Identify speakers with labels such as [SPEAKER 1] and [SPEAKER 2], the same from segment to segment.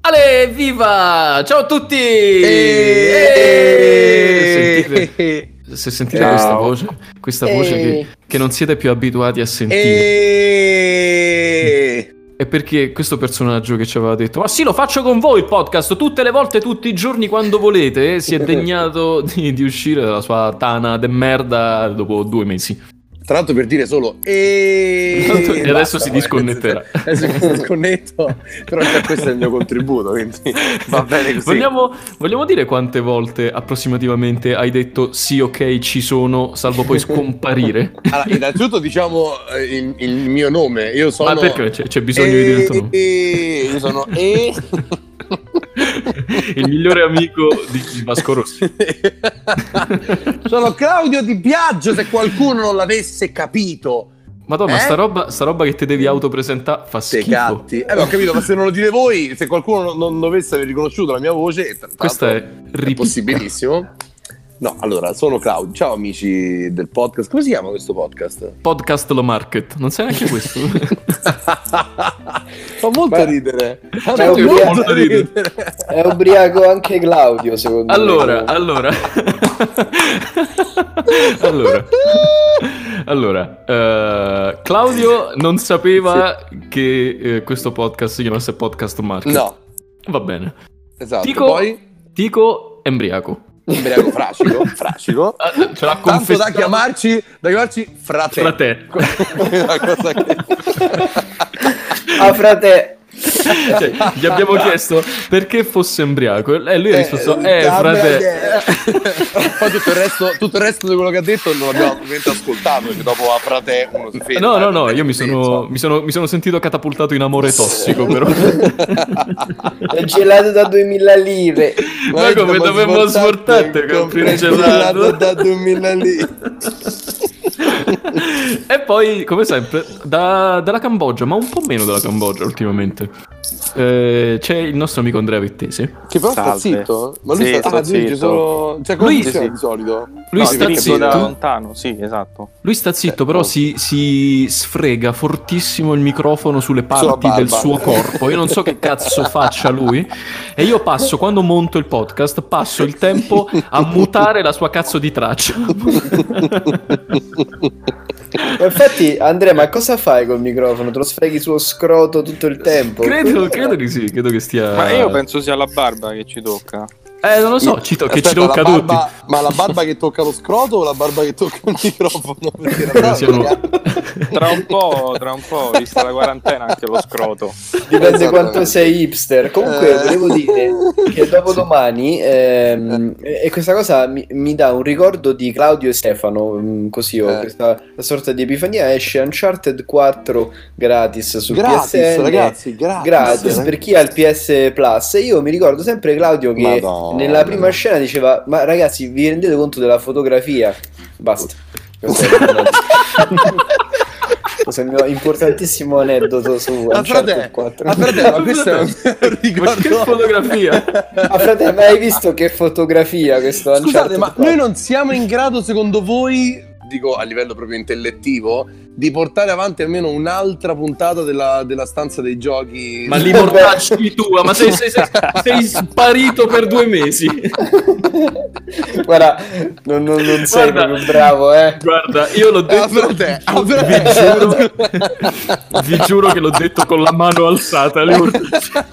[SPEAKER 1] Ale, viva! Ciao a tutti! Eh!
[SPEAKER 2] Eeeh!
[SPEAKER 1] Sentite- se sentite
[SPEAKER 2] Ciao.
[SPEAKER 1] questa voce, questa voce che, che non siete più abituati a sentire,
[SPEAKER 2] E...
[SPEAKER 1] è perché questo personaggio che ci aveva detto: Ma sì, lo faccio con voi il podcast tutte le volte, tutti i giorni, quando volete, eh, si è degnato di, di uscire dalla sua tana de merda dopo due mesi.
[SPEAKER 2] Tra l'altro per dire solo e,
[SPEAKER 1] E adesso
[SPEAKER 2] Basta, eh,
[SPEAKER 1] si disconnetterà.
[SPEAKER 2] Adesso mi disconnetto, però già questo è il mio contributo, quindi va bene così.
[SPEAKER 1] Vogliamo, vogliamo dire quante volte approssimativamente hai detto sì, ok, ci sono, salvo poi scomparire?
[SPEAKER 2] Allora, innanzitutto diciamo eh, il, il mio nome, io sono...
[SPEAKER 1] Ma perché c'è, c'è bisogno di dire il tuo nome?
[SPEAKER 2] E- Io sono E...
[SPEAKER 1] Il migliore amico di, di Vasco Rossi.
[SPEAKER 2] sono Claudio Di Biagio, se qualcuno non l'avesse capito.
[SPEAKER 1] Madonna,
[SPEAKER 2] Eh?
[SPEAKER 1] sta, roba, sta roba che te devi autopresentare fa
[SPEAKER 2] Ste
[SPEAKER 1] schifo.
[SPEAKER 2] gatti. Eh, beh, ho capito, ma se non lo dite voi, se qualcuno non- non dovesse aver riconosciuto la mia voce, tra- tra
[SPEAKER 1] Questa
[SPEAKER 2] l'altro
[SPEAKER 1] è
[SPEAKER 2] è
[SPEAKER 1] ripicca.
[SPEAKER 2] possibilissimo. No, allora, sono Claudio. Ciao amici del podcast. Come si chiama questo podcast?
[SPEAKER 1] Podcast lo market. Non sai neanche questo.
[SPEAKER 2] Fa molto
[SPEAKER 3] Beh,
[SPEAKER 2] ridere. Fa
[SPEAKER 3] è
[SPEAKER 2] molto
[SPEAKER 3] ubriaco.
[SPEAKER 2] ridere.
[SPEAKER 3] È ubriaco anche Claudio, secondo
[SPEAKER 1] allora,
[SPEAKER 3] me.
[SPEAKER 1] allora. allora. Allora, eh, Claudio non sapeva che eh, questo podcast si chiamasse Podcast Market.
[SPEAKER 2] No,
[SPEAKER 1] Va bene.
[SPEAKER 2] esatto.
[SPEAKER 1] Tico-
[SPEAKER 2] Poi
[SPEAKER 1] Tico embriaco.
[SPEAKER 2] ubriaco fracico, fracico.
[SPEAKER 1] Ah, Ce l'ha
[SPEAKER 2] Tanto da
[SPEAKER 1] confessato
[SPEAKER 2] chiamarci, da chiamarci frate.
[SPEAKER 1] fra te.
[SPEAKER 2] Una cosa che-
[SPEAKER 3] Ah, frate,
[SPEAKER 1] Cioè, gli abbiamo chiesto perché fosse embriaco e lui ha risposto eh, frate
[SPEAKER 2] Poi tutto il, resto, tutto il resto di quello che ha detto non l'abbiamo ovviamente ascoltato, perché dopo a frate uno si ferma. eh,
[SPEAKER 1] no no no
[SPEAKER 2] perché
[SPEAKER 1] io mi
[SPEAKER 2] pensa.
[SPEAKER 1] sono, mi sono- mi sono sentito catapultato in amore tossico però
[SPEAKER 3] è gelato da 2000 lire.
[SPEAKER 1] noi come dovremmo sforzarti compri un gelato
[SPEAKER 2] da 2000 lì.
[SPEAKER 1] e poi come sempre da- dalla Cambogia ma un po' meno dalla Cambogia ultimamente eh, c'è il nostro amico Andrea Vettese
[SPEAKER 2] Che però sta
[SPEAKER 4] Salve.
[SPEAKER 2] zitto? Ma lui
[SPEAKER 4] Sì,
[SPEAKER 2] sta
[SPEAKER 4] sto
[SPEAKER 2] ah, tu dici
[SPEAKER 4] zitto.
[SPEAKER 2] solo... Cioè, come
[SPEAKER 1] Lui-
[SPEAKER 2] funziona
[SPEAKER 4] sì.
[SPEAKER 2] di solito?
[SPEAKER 1] lui
[SPEAKER 4] No,
[SPEAKER 1] sta
[SPEAKER 4] gringo
[SPEAKER 1] zitto
[SPEAKER 4] da lontano, sì, esatto.
[SPEAKER 1] lui sta zitto però si, si sfrega fortissimo il microfono sulle
[SPEAKER 2] Sulla
[SPEAKER 1] parti
[SPEAKER 2] barba.
[SPEAKER 1] del suo corpo io non so che cazzo faccia lui e io passo quando monto il podcast passo il tempo a mutare la sua cazzo di traccia
[SPEAKER 3] Ma infatti, Andrea, ma cosa fai col microfono? Te lo sfreghi sullo scroto tutto il tempo?
[SPEAKER 1] credo, credo di sì credo che stia
[SPEAKER 4] Ma
[SPEAKER 2] Eh.
[SPEAKER 4] io penso sia la barba che ci tocca.
[SPEAKER 1] eh non lo so ci to- che
[SPEAKER 2] Aspetta,
[SPEAKER 1] ci tocca
[SPEAKER 2] la
[SPEAKER 1] a tutti
[SPEAKER 2] barba- Ma la barba che tocca lo scroto o la barba che tocca il microfono? Perché la
[SPEAKER 1] Credo
[SPEAKER 2] barba-
[SPEAKER 1] siano-
[SPEAKER 4] Tra un po', tra un po', vista la quarantena, anche lo scroto.
[SPEAKER 3] Dipende
[SPEAKER 2] Esatto.
[SPEAKER 3] quanto sei hipster. Comunque,
[SPEAKER 2] Eh.
[SPEAKER 3] volevo dire che dopo domani, ehm, e e questa cosa mi, mi dà un ricordo di Claudio e Stefano. mm, Così ho
[SPEAKER 2] Eh.
[SPEAKER 3] questa questa sorta di epifania. Esce Uncharted 4 gratis su
[SPEAKER 2] Gratis,
[SPEAKER 3] PSN.
[SPEAKER 2] ragazzi, gratis.
[SPEAKER 3] Gratis per chi ha il PS Plus. E io mi ricordo sempre Claudio che
[SPEAKER 2] Madonna.
[SPEAKER 3] nella prima scena diceva: Ma ragazzi, vi rendete conto della fotografia? Basta. Questo è il- questo è il mio importantissimo aneddoto su
[SPEAKER 2] Ah, frate,
[SPEAKER 3] Uncharted 4.
[SPEAKER 2] ah, frate, ma questo è un un
[SPEAKER 1] ma certo che
[SPEAKER 2] ricordo...
[SPEAKER 1] fotografia
[SPEAKER 3] Ah, frate, ma hai visto che fotografia questo
[SPEAKER 2] Scusate,
[SPEAKER 3] Uncharted
[SPEAKER 2] ma
[SPEAKER 3] 4?
[SPEAKER 2] noi non siamo in grado, secondo voi, dico a livello proprio intellettivo, di portare avanti almeno un'altra puntata della, della stanza dei giochi?
[SPEAKER 1] ma lì mortacci tua ma sei, sei- sei- sei sparito per due mesi
[SPEAKER 3] Guarda, non, non- non sei
[SPEAKER 1] Guarda.
[SPEAKER 3] proprio bravo, eh.
[SPEAKER 1] Guarda, io l'ho
[SPEAKER 2] Ah,
[SPEAKER 1] detto.
[SPEAKER 2] frate, ah, frate.
[SPEAKER 1] Vi giuro, vi giuro che l'ho detto con la mano alzata. le urgenze.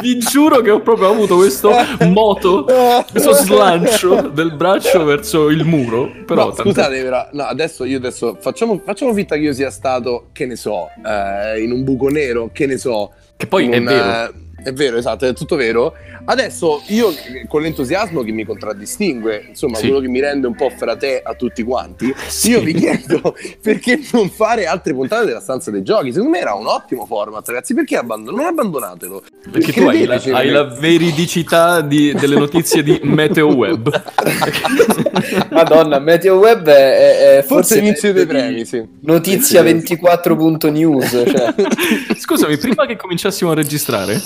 [SPEAKER 1] Vi giuro che ho proprio avuto questo moto, questo slancio del braccio verso il muro. Però
[SPEAKER 2] No,
[SPEAKER 1] tanto-
[SPEAKER 2] scusate, però, no, adesso io adesso facciamo, facciamo finta che io sia stato, che ne so, eh, in un buco nero, che ne so.
[SPEAKER 1] che poi è
[SPEAKER 2] in un,
[SPEAKER 1] vero.
[SPEAKER 2] eh, è vero, esatto, è tutto vero. Adesso io eh, con l'entusiasmo che mi contraddistingue, insomma,
[SPEAKER 1] Sì.
[SPEAKER 2] quello che mi rende un po' frate a tutti quanti,
[SPEAKER 1] Sì.
[SPEAKER 2] io vi chiedo perché non fare altre puntate della stanza dei giochi? Secondo me era un ottimo format, ragazzi, perché abbandon- non abbandonatelo?
[SPEAKER 1] Perché tu hai la,
[SPEAKER 2] Credeteci,
[SPEAKER 1] hai la veridicità di- delle notizie di Meteo Web.
[SPEAKER 3] Madonna, Meteo Web è, è- è
[SPEAKER 2] Forse
[SPEAKER 3] forse
[SPEAKER 2] l'inizio dei
[SPEAKER 3] di
[SPEAKER 2] premi, sì.
[SPEAKER 3] Notizia 24.news, cioè.
[SPEAKER 1] Scusami, prima che cominciassimo a registrare,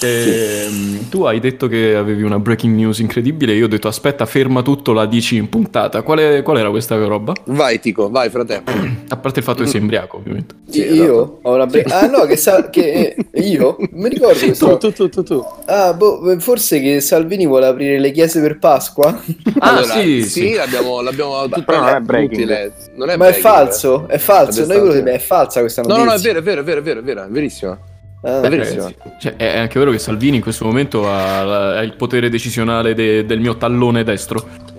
[SPEAKER 1] Ehm, tu hai detto che avevi una breaking news incredibile. Io ho detto: aspetta, ferma tutto, la dici in puntata. Quale, qual era questa roba?
[SPEAKER 2] Vai, Tico, vai, fratello.
[SPEAKER 1] A parte il fatto che sei imbriaco, ovviamente.
[SPEAKER 2] Sì, esatto.
[SPEAKER 3] io ho una bre- Ah no, che, sa- che eh, io Non mi ricordo che
[SPEAKER 2] Tu,
[SPEAKER 3] stavo-
[SPEAKER 2] tu, tu, tu, tu.
[SPEAKER 3] Ah, boh, forse che Salvini vuole aprire le chiese per Pasqua?
[SPEAKER 2] Eh
[SPEAKER 1] Ah,
[SPEAKER 2] Allora,
[SPEAKER 1] sì, sì.
[SPEAKER 2] l'abbiamo, l'abbiamo tutte
[SPEAKER 4] però non è
[SPEAKER 2] lette,
[SPEAKER 4] breaking.
[SPEAKER 2] tutti le- non è
[SPEAKER 3] Ma è
[SPEAKER 2] breaking,
[SPEAKER 3] falso, è falso,
[SPEAKER 2] Vabbè,
[SPEAKER 3] noi quello
[SPEAKER 2] sta-
[SPEAKER 3] che- è falsa questa
[SPEAKER 2] No,
[SPEAKER 3] notizia.
[SPEAKER 2] no, no, è vero, è vero, è vero, è vero, è vero, è verissima.
[SPEAKER 3] Ah,
[SPEAKER 2] È
[SPEAKER 1] Eh,
[SPEAKER 2] verissimo.
[SPEAKER 1] sì. Cioè, è anche vero che Salvini in questo momento ha, ha il potere decisionale de- del mio tallone destro.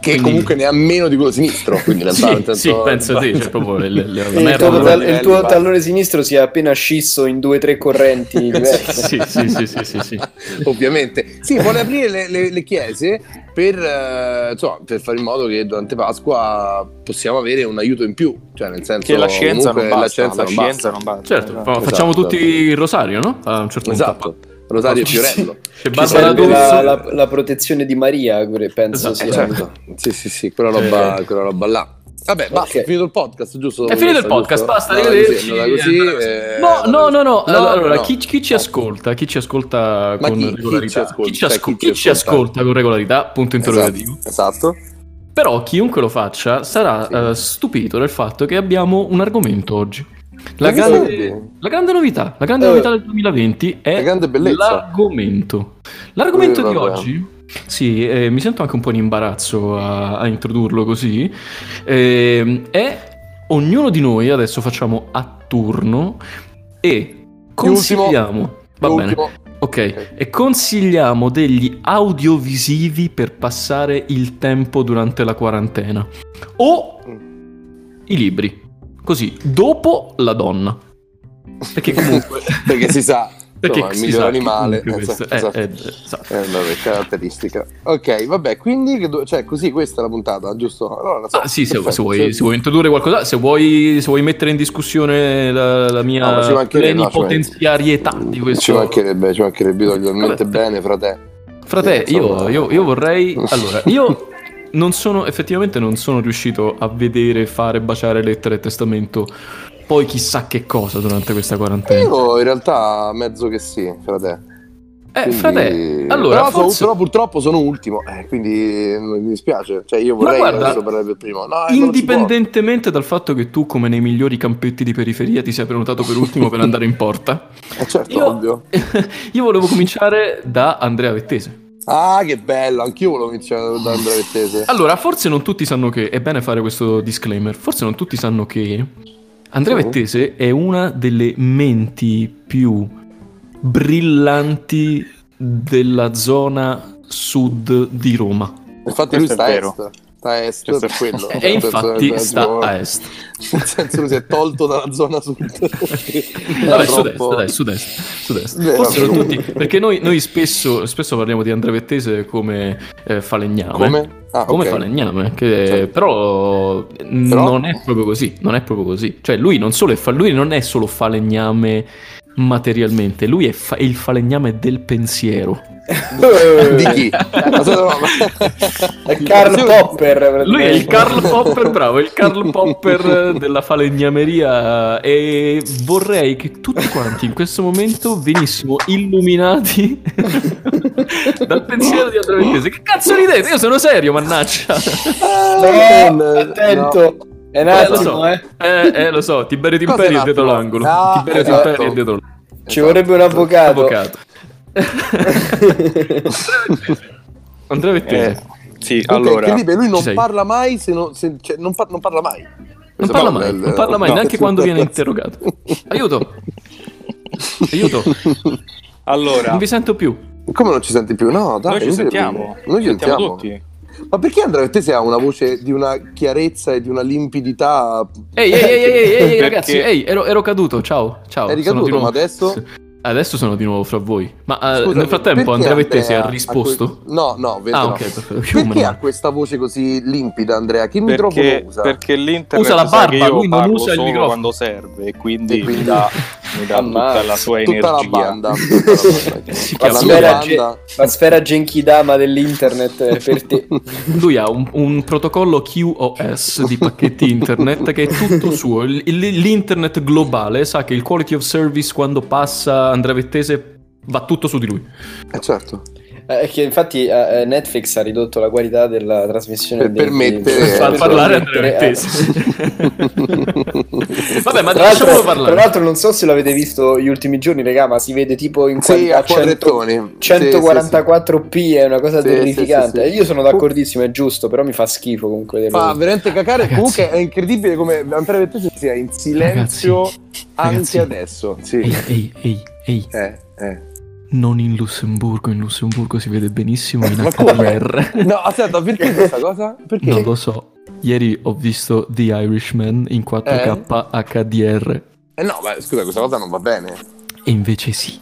[SPEAKER 2] Che
[SPEAKER 1] Quindi-
[SPEAKER 2] comunque ne ha meno di quello sinistro, quindi in
[SPEAKER 1] Sì,
[SPEAKER 2] realtà, nel senso-
[SPEAKER 1] sì, penso di cioè, proprio le, le- la
[SPEAKER 3] Il
[SPEAKER 1] merda.
[SPEAKER 3] tuo,
[SPEAKER 2] proprio
[SPEAKER 3] tal-
[SPEAKER 2] livelli
[SPEAKER 3] il tuo
[SPEAKER 2] bassi.
[SPEAKER 3] tallone sinistro si è appena scisso in due o tre correnti diverse.
[SPEAKER 1] sì, sì, sì, sì, sì, sì.
[SPEAKER 2] Ovviamente, sì, vuole aprire le, le- le chiese per, eh, insomma, per fare in modo che durante Pasqua possiamo avere un aiuto in più, cioè nel senso
[SPEAKER 4] Che la scienza non
[SPEAKER 2] comunque
[SPEAKER 4] basta.
[SPEAKER 2] la scienza non basta.
[SPEAKER 4] non basta.
[SPEAKER 1] Certo, fa-
[SPEAKER 4] Esatto.
[SPEAKER 1] facciamo
[SPEAKER 2] esatto.
[SPEAKER 1] tutti il rosario, no? A un certo
[SPEAKER 2] Esatto, Rosario e Fiorello.
[SPEAKER 1] punto. C'è
[SPEAKER 3] Ci
[SPEAKER 1] Barbara
[SPEAKER 3] serve la,
[SPEAKER 1] D'Urso.
[SPEAKER 3] la- la protezione di Maria, pure, penso.
[SPEAKER 1] Esatto,
[SPEAKER 3] sia.
[SPEAKER 2] Eh, certo. Sì, sì, sì, quella roba, quella roba là. Vabbè, basta,
[SPEAKER 3] Ok.
[SPEAKER 2] è finito il podcast, giusto?
[SPEAKER 1] Eh. È finito il podcast,
[SPEAKER 2] Giusto?
[SPEAKER 1] basta,
[SPEAKER 2] No,
[SPEAKER 1] arrivederci.
[SPEAKER 2] così, andata così, eh,
[SPEAKER 1] no, no, no, no,
[SPEAKER 2] no,
[SPEAKER 1] allora,
[SPEAKER 2] no.
[SPEAKER 1] Chi, chi ci ascolta? Chi ci ascolta
[SPEAKER 2] Ma
[SPEAKER 1] con
[SPEAKER 2] chi- chi ci
[SPEAKER 1] regolarità?
[SPEAKER 2] ascolta? Cioè,
[SPEAKER 1] Chi ci, asco-
[SPEAKER 2] Chi ci
[SPEAKER 1] chi ci
[SPEAKER 2] ascolta?
[SPEAKER 1] ascolta con regolarità? Punto interrogativo.
[SPEAKER 2] Esatto, esatto.
[SPEAKER 1] Però chiunque lo faccia sarà
[SPEAKER 2] Sì.
[SPEAKER 1] eh, stupito del fatto che abbiamo un argomento oggi. La
[SPEAKER 2] Ma che
[SPEAKER 1] grande,
[SPEAKER 2] sarebbe?
[SPEAKER 1] la grande novità, la grande
[SPEAKER 2] Eh,
[SPEAKER 1] novità del 2020
[SPEAKER 2] la
[SPEAKER 1] è
[SPEAKER 2] grande bellezza.
[SPEAKER 1] l'argomento. L'argomento
[SPEAKER 2] Eh,
[SPEAKER 1] di
[SPEAKER 2] vabbè.
[SPEAKER 1] oggi. Sì, eh, mi sento anche un po' in imbarazzo a, a introdurlo così. ehm, è ognuno di noi adesso facciamo a turno e consigliamo. Va bene.
[SPEAKER 2] L'ultimo.
[SPEAKER 1] Ok, e consigliamo degli audiovisivi per passare il tempo durante la quarantena. O
[SPEAKER 2] Mm.
[SPEAKER 1] i libri. Così, dopo la donna. Perché comunque...
[SPEAKER 2] Perché si sa,
[SPEAKER 1] perché
[SPEAKER 2] insomma, il
[SPEAKER 1] si
[SPEAKER 2] miglior
[SPEAKER 1] sa che
[SPEAKER 2] animale.
[SPEAKER 1] comunque
[SPEAKER 2] Esatto,
[SPEAKER 1] questo- eh,
[SPEAKER 2] esatto.
[SPEAKER 1] eh, esatto.
[SPEAKER 2] È una caratteristica. Ok, vabbè, quindi, che do- cioè, così questa è la puntata, giusto? Allora, so,
[SPEAKER 1] Ah, sì, se,
[SPEAKER 2] perfetto.
[SPEAKER 1] se vuoi, se vuoi introdurre qualcosa, se vuoi, se vuoi mettere in discussione la, la
[SPEAKER 2] No, ma ci
[SPEAKER 1] mia
[SPEAKER 2] mancherebbe, no, ci
[SPEAKER 1] plenipotenziarietà
[SPEAKER 2] mancherebbe.
[SPEAKER 1] di questo.
[SPEAKER 2] Ci mancherebbe, ci mancherebbe, io voglio veramente
[SPEAKER 1] Vabbè.
[SPEAKER 2] bene, frate.
[SPEAKER 1] Frate,
[SPEAKER 2] Eh, insomma.
[SPEAKER 1] io, io- io vorrei... Allora, io non sono... Effettivamente non sono riuscito a vedere, fare, baciare lettere e testamento. Poi chissà che cosa durante questa quarantena.
[SPEAKER 2] Io in realtà mezzo che sì, frate.
[SPEAKER 1] Eh,
[SPEAKER 2] Quindi-
[SPEAKER 1] frate, allora,
[SPEAKER 2] però, sono-
[SPEAKER 1] forse...
[SPEAKER 2] però purtroppo sono ultimo, eh, quindi mi dispiace. Cioè, io vorrei
[SPEAKER 1] guarda,
[SPEAKER 2] adesso parlare per primo. No, eh, non si può.
[SPEAKER 1] Indipendentemente dal fatto che tu, come nei migliori campetti di periferia, ti sei prenotato per ultimo per andare in porta,
[SPEAKER 2] Eh, certo,
[SPEAKER 1] io-
[SPEAKER 2] ovvio.
[SPEAKER 1] io volevo cominciare da Andrea Vettese.
[SPEAKER 2] Ah, che bello, anch'io volevo iniziare da Andrea Vettese.
[SPEAKER 1] Allora, forse non tutti sanno che, è bene fare questo disclaimer, forse non tutti sanno che Andrea
[SPEAKER 2] Sì.
[SPEAKER 1] Vettese è una delle menti più brillanti della zona sud di Roma.
[SPEAKER 2] Infatti lui
[SPEAKER 4] Questo
[SPEAKER 2] sta
[SPEAKER 4] è
[SPEAKER 2] a
[SPEAKER 4] vero.
[SPEAKER 2] est, sta a est
[SPEAKER 4] Questo è
[SPEAKER 2] per quello.
[SPEAKER 1] E
[SPEAKER 2] Nel senso,
[SPEAKER 1] infatti
[SPEAKER 2] eh,
[SPEAKER 1] sta
[SPEAKER 2] tipo,
[SPEAKER 1] a est.
[SPEAKER 2] Nel senso lui si è tolto dalla zona sud. eh, Era
[SPEAKER 1] Vabbè, sud-est,
[SPEAKER 2] troppo-
[SPEAKER 1] dai, sud-est, sud-est.
[SPEAKER 2] Beh,
[SPEAKER 1] Forse
[SPEAKER 2] vabbè.
[SPEAKER 1] non tutti, perché noi, noi spesso, spesso parliamo di Andrea Vettese come eh, falegname.
[SPEAKER 2] Come? Ah,
[SPEAKER 1] Come
[SPEAKER 2] ok.
[SPEAKER 1] falegname, che-
[SPEAKER 2] Certo.
[SPEAKER 1] però, non è proprio così, non è proprio così. Cioè lui non, solo è fa- lui non è solo falegname materialmente, lui è, fa- è il falegname del pensiero.
[SPEAKER 2] Eh, Di chi? Ma se- no, ma-
[SPEAKER 3] È Karl
[SPEAKER 2] Sì,
[SPEAKER 3] Popper.
[SPEAKER 1] Lui è il
[SPEAKER 3] praticamente.
[SPEAKER 1] Karl Popper, bravo, è il Karl Popper della falegnameria e vorrei che tutti quanti in questo momento venissimo illuminati dal pensiero di Andrea Vettese. Che cazzo ridete? Io sono serio, mannaggia.
[SPEAKER 2] Ah,
[SPEAKER 3] eh, No,
[SPEAKER 2] no.
[SPEAKER 3] attento. È un
[SPEAKER 1] Eh, lo
[SPEAKER 3] attimo,
[SPEAKER 1] so.
[SPEAKER 3] eh.
[SPEAKER 1] Eh, eh, lo so, Tiberio Timperi è
[SPEAKER 2] Cosa
[SPEAKER 1] dietro
[SPEAKER 2] un attimo?
[SPEAKER 1] l'angolo.
[SPEAKER 2] Ah,
[SPEAKER 1] Tiberio
[SPEAKER 2] esatto.
[SPEAKER 1] Timperi è dietro l'angolo.
[SPEAKER 3] Ci
[SPEAKER 2] Esatto.
[SPEAKER 3] vorrebbe un avvocato.
[SPEAKER 1] Avvocato. Andrea Vettese.
[SPEAKER 4] Eh, sì,
[SPEAKER 2] Comunque,
[SPEAKER 4] allora,
[SPEAKER 2] incredibile, lui non
[SPEAKER 1] sei.
[SPEAKER 2] parla mai, se non, se- cioè, non, par- non parla mai.
[SPEAKER 1] Non
[SPEAKER 2] Questo
[SPEAKER 1] parla
[SPEAKER 2] è
[SPEAKER 1] mai,
[SPEAKER 2] il-
[SPEAKER 1] non parla mai,
[SPEAKER 2] no.
[SPEAKER 1] neanche quando viene interrogato. Aiuto! Aiuto!
[SPEAKER 4] allora,
[SPEAKER 1] Non vi sento più.
[SPEAKER 2] Come non ci senti più? No, dai,
[SPEAKER 4] noi ci
[SPEAKER 2] non
[SPEAKER 4] sentiamo,
[SPEAKER 2] Noi ci sentiamo.
[SPEAKER 4] tutti.
[SPEAKER 2] Ma perché Andrea Vettese ha una voce di una chiarezza e di una limpidità? Eh,
[SPEAKER 1] Ehi, ehi, ehi, ehi, ehi,
[SPEAKER 4] Perché-
[SPEAKER 1] ragazzi, ehi, ero, ero caduto, ciao, ciao.
[SPEAKER 2] Eri
[SPEAKER 1] sono
[SPEAKER 2] caduto,
[SPEAKER 1] di nuovo-
[SPEAKER 2] ma adesso?
[SPEAKER 1] Adesso sono di nuovo fra voi. Ma eh,
[SPEAKER 2] Scusami,
[SPEAKER 1] nel frattempo
[SPEAKER 2] perché
[SPEAKER 1] Andrea Vettese ha
[SPEAKER 2] Andrea
[SPEAKER 1] risposto?
[SPEAKER 2] que- No, no, vedo
[SPEAKER 1] Ah,
[SPEAKER 2] no.
[SPEAKER 1] ok, perfetto.
[SPEAKER 2] Perché ha
[SPEAKER 1] Human.
[SPEAKER 2] questa voce così limpida, Andrea? Che microfono
[SPEAKER 4] Perché,
[SPEAKER 2] usa?
[SPEAKER 4] perché l'internet
[SPEAKER 1] Usa la
[SPEAKER 4] sa che
[SPEAKER 1] barba,
[SPEAKER 4] io
[SPEAKER 1] lui non
[SPEAKER 4] parlo
[SPEAKER 1] usa il
[SPEAKER 4] solo
[SPEAKER 1] microfono.
[SPEAKER 4] quando serve, e quindi,
[SPEAKER 2] E quindi-
[SPEAKER 4] mi dà, mi dà tutta la sua
[SPEAKER 2] Tutta
[SPEAKER 4] energia.
[SPEAKER 2] la banda. Tutta la banda.
[SPEAKER 1] Si
[SPEAKER 2] La
[SPEAKER 1] chiama-
[SPEAKER 2] sua
[SPEAKER 3] Ge-
[SPEAKER 2] banda.
[SPEAKER 3] la sfera Genkidama dell'internet è per te.
[SPEAKER 1] Lui ha un, un protocollo QoS di pacchetti internet che è tutto suo. Il- il- l'internet globale sa che il quality of service quando passa Andrea Vettese va tutto su di lui.
[SPEAKER 2] Eh, certo.
[SPEAKER 3] Eh, che infatti eh, eh, Netflix ha ridotto la qualità della trasmissione
[SPEAKER 2] Per
[SPEAKER 3] dei
[SPEAKER 2] permettere-
[SPEAKER 3] film.
[SPEAKER 2] Eh,
[SPEAKER 1] Fa
[SPEAKER 2] per
[SPEAKER 1] parlare Andrea
[SPEAKER 3] permettere- eh,
[SPEAKER 1] Ventesi.
[SPEAKER 2] eh.
[SPEAKER 1] Vabbè, ma
[SPEAKER 3] Tra l'altro,
[SPEAKER 1] lasciamolo
[SPEAKER 3] tra
[SPEAKER 1] parlare.
[SPEAKER 3] l'altro non so se l'avete visto gli ultimi giorni, raga, ma si vede tipo in
[SPEAKER 2] Sì,
[SPEAKER 3] qualità
[SPEAKER 2] a
[SPEAKER 3] 100
[SPEAKER 2] quadrettoni.
[SPEAKER 3] 144p è una cosa
[SPEAKER 2] Sì,
[SPEAKER 3] terrificante.
[SPEAKER 2] sì, sì, sì.
[SPEAKER 3] Io sono d'accordissimo, è giusto, però mi fa schifo comunque. vederlo.
[SPEAKER 2] Fa veramente cacare. Comunque è incredibile come Andrea Vettese sia in silenzio anche
[SPEAKER 1] ragazzi.
[SPEAKER 2] adesso. Sì.
[SPEAKER 1] ehi, ehi, ehi.
[SPEAKER 2] Eh, eh.
[SPEAKER 1] Non in Lussemburgo, in Lussemburgo si vede benissimo in
[SPEAKER 2] Ma come?
[SPEAKER 1] HDR.
[SPEAKER 2] No, aspetta, perché questa cosa? Perché?
[SPEAKER 1] Non lo so. Ieri ho visto The Irishman in 4K HDR
[SPEAKER 2] Eh, no, ma scusa, questa cosa non va bene.
[SPEAKER 1] e invece sì.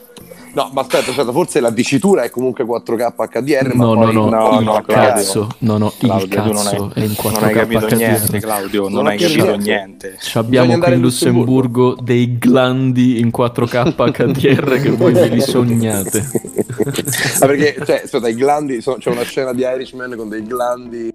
[SPEAKER 2] No, ma aspetta, aspetta, forse la dicitura è comunque 4K HDR, ma
[SPEAKER 1] No, no,
[SPEAKER 2] poi
[SPEAKER 1] no,
[SPEAKER 4] no,
[SPEAKER 1] il
[SPEAKER 4] no, Claudio.
[SPEAKER 1] cazzo, no, no, il
[SPEAKER 4] Claudio, tu non
[SPEAKER 1] cazzo è
[SPEAKER 4] hai,
[SPEAKER 1] in
[SPEAKER 4] non hai
[SPEAKER 1] 4K
[SPEAKER 4] capito niente,
[SPEAKER 1] HDR.
[SPEAKER 4] Claudio. Non,
[SPEAKER 2] Non ho
[SPEAKER 4] hai capito
[SPEAKER 2] capito.
[SPEAKER 4] niente.
[SPEAKER 1] Ci abbiamo
[SPEAKER 2] Bisogna
[SPEAKER 1] qui in
[SPEAKER 2] andare in Lussemburgo.
[SPEAKER 1] Lussemburgo dei glandi in 4K HDR che voi vi li sognate.
[SPEAKER 2] Ah, perché, cioè, aspetta, i glandi, so- c'è una scena di Irishman con dei glandi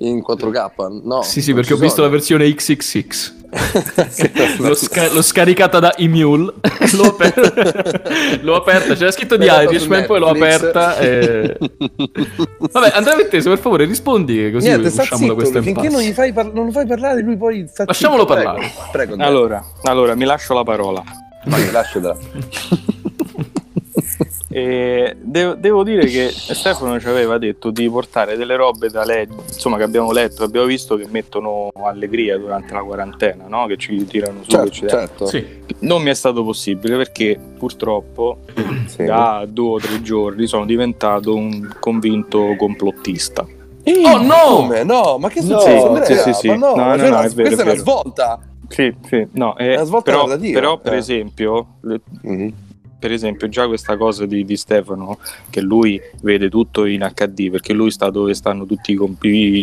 [SPEAKER 2] in 4K, no?
[SPEAKER 1] Sì, sì, perché ho visto la versione XXX. L'ho, sca- l'ho scaricata da Emule, l'ho, aper- l'ho aperta, c'era scritto di Irishman, poi l'ho aperta e... Vabbè, Andrea Vettese, per favore, rispondi così
[SPEAKER 2] Niente, sta
[SPEAKER 1] usciamo da
[SPEAKER 2] zitto,
[SPEAKER 1] questo
[SPEAKER 2] lui, finché non, gli
[SPEAKER 1] impasse.
[SPEAKER 2] fai par- non lo fai parlare, lui poi sta zitto.
[SPEAKER 1] Lasciamolo
[SPEAKER 2] Prego,
[SPEAKER 1] parlare.
[SPEAKER 2] Prego, Andrea.
[SPEAKER 4] Allora, allora, mi lascio la parola.
[SPEAKER 2] Vai, lasciatela.
[SPEAKER 4] E devo, devo dire che Stefano ci aveva detto di portare delle robe da leggere, insomma, che abbiamo letto, che abbiamo visto che mettono allegria durante la quarantena, no? Che ci tirano su. che
[SPEAKER 2] Certo,
[SPEAKER 4] ci danno.
[SPEAKER 2] certo.
[SPEAKER 1] Sì,
[SPEAKER 4] Non mi è stato possibile perché purtroppo
[SPEAKER 2] Sì.
[SPEAKER 4] da due o tre giorni sono diventato un convinto complottista.
[SPEAKER 2] Ehi,
[SPEAKER 1] Oh, no!
[SPEAKER 2] come? No, ma che
[SPEAKER 3] No,
[SPEAKER 2] succede?
[SPEAKER 3] sì,
[SPEAKER 2] Andrea?
[SPEAKER 4] sì, sì.
[SPEAKER 2] Ma no,
[SPEAKER 4] No, no,
[SPEAKER 2] cioè,
[SPEAKER 4] no, è
[SPEAKER 2] questa
[SPEAKER 4] vero,
[SPEAKER 2] è
[SPEAKER 4] è
[SPEAKER 2] una
[SPEAKER 4] vero.
[SPEAKER 2] svolta.
[SPEAKER 4] Sì, sì, no, eh,
[SPEAKER 2] Una svolta
[SPEAKER 4] però,
[SPEAKER 2] narrativa,
[SPEAKER 4] però, per
[SPEAKER 2] eh.
[SPEAKER 4] esempio, le- per esempio già questa cosa di, di Stefano che lui vede tutto in HD perché lui sta dove stanno tutti i, comp- i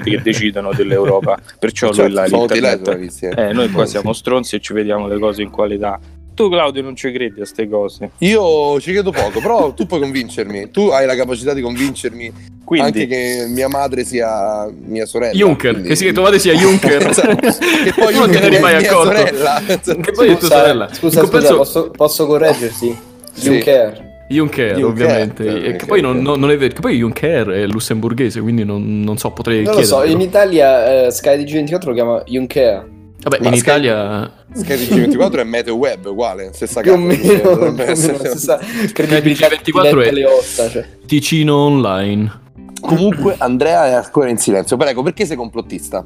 [SPEAKER 4] che decidono dell'Europa, perciò
[SPEAKER 2] Cioè,
[SPEAKER 4] lui là
[SPEAKER 2] sono di
[SPEAKER 4] l'internet-
[SPEAKER 2] letto, vizi, eh.
[SPEAKER 4] Eh, noi qua siamo stronzi e ci vediamo le cose in qualità. Tu Claudio non ci credi a queste cose.
[SPEAKER 2] Io ci credo poco, però tu puoi convincermi. Tu hai la capacità di convincermi
[SPEAKER 4] Quindi
[SPEAKER 2] anche che mia madre sia mia sorella.
[SPEAKER 1] Juncker,
[SPEAKER 2] quindi-
[SPEAKER 1] che si tua madre sia Juncker.
[SPEAKER 2] Esatto. Che poi
[SPEAKER 1] Tu non te ne
[SPEAKER 2] Juncker
[SPEAKER 1] eri
[SPEAKER 2] è
[SPEAKER 1] mai
[SPEAKER 2] mia
[SPEAKER 1] accorto.
[SPEAKER 2] sorella.
[SPEAKER 1] Che poi è tua
[SPEAKER 3] Scusa,
[SPEAKER 1] sorella.
[SPEAKER 3] scusa,
[SPEAKER 1] In compenso-
[SPEAKER 3] scusa, posso, posso correggerti?
[SPEAKER 2] Sì.
[SPEAKER 3] Juncker.
[SPEAKER 1] Juncker,
[SPEAKER 2] Juncker,
[SPEAKER 1] ovviamente.
[SPEAKER 2] eh,
[SPEAKER 1] E che poi non,
[SPEAKER 2] Juncker.
[SPEAKER 1] non- non è vero, che poi Juncker è lussemburghese, quindi non, non so, potrei
[SPEAKER 3] Non lo
[SPEAKER 1] chiedere.
[SPEAKER 3] so, in Italia eh, Sky DG24 lo chiama Juncker.
[SPEAKER 1] Vabbè,
[SPEAKER 2] Ma
[SPEAKER 1] in
[SPEAKER 2] Sky-
[SPEAKER 1] Italia...
[SPEAKER 2] Sky G24 è Meteo Web uguale, stessa cioè,
[SPEAKER 3] Più o
[SPEAKER 2] cosa.
[SPEAKER 3] meno, più o meno la stessa credibilità di
[SPEAKER 1] 24 è-
[SPEAKER 3] Lette Leotta, cioè.
[SPEAKER 1] Ticino Online.
[SPEAKER 2] Comunque Andrea è ancora in silenzio. Prego, perché sei complottista?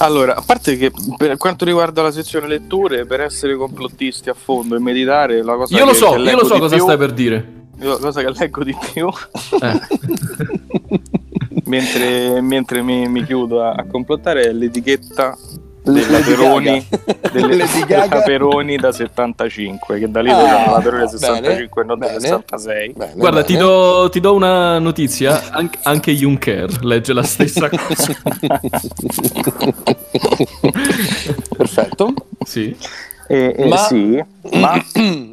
[SPEAKER 4] Allora, a parte che per quanto riguarda la sezione letture, per essere complottisti a fondo e meditare, la cosa
[SPEAKER 1] Io lo
[SPEAKER 4] che-
[SPEAKER 1] so,
[SPEAKER 4] che
[SPEAKER 1] io
[SPEAKER 4] leggo
[SPEAKER 1] lo so
[SPEAKER 4] di
[SPEAKER 1] cosa
[SPEAKER 4] più-
[SPEAKER 1] stai per dire.
[SPEAKER 4] La cosa che leggo di più
[SPEAKER 1] Eh.
[SPEAKER 4] mentre, mentre mi, mi chiudo a, a complottare è l'etichetta della
[SPEAKER 2] Lady
[SPEAKER 4] Peroni,
[SPEAKER 2] Gaga.
[SPEAKER 4] delle,
[SPEAKER 2] Lady
[SPEAKER 4] della
[SPEAKER 2] Gaga.
[SPEAKER 4] Peroni da 75, che da lì
[SPEAKER 2] Ah,
[SPEAKER 4] dovevano la Peroni da
[SPEAKER 2] bene,
[SPEAKER 4] 65 e non da
[SPEAKER 2] bene.
[SPEAKER 4] 66.
[SPEAKER 2] Bene,
[SPEAKER 1] Guarda, ti
[SPEAKER 2] bene.
[SPEAKER 1] do, ti do una notizia. An- anche Juncker legge la stessa cosa.
[SPEAKER 2] Perfetto.
[SPEAKER 1] sì.
[SPEAKER 4] E, e
[SPEAKER 2] Ma-
[SPEAKER 4] sì, ma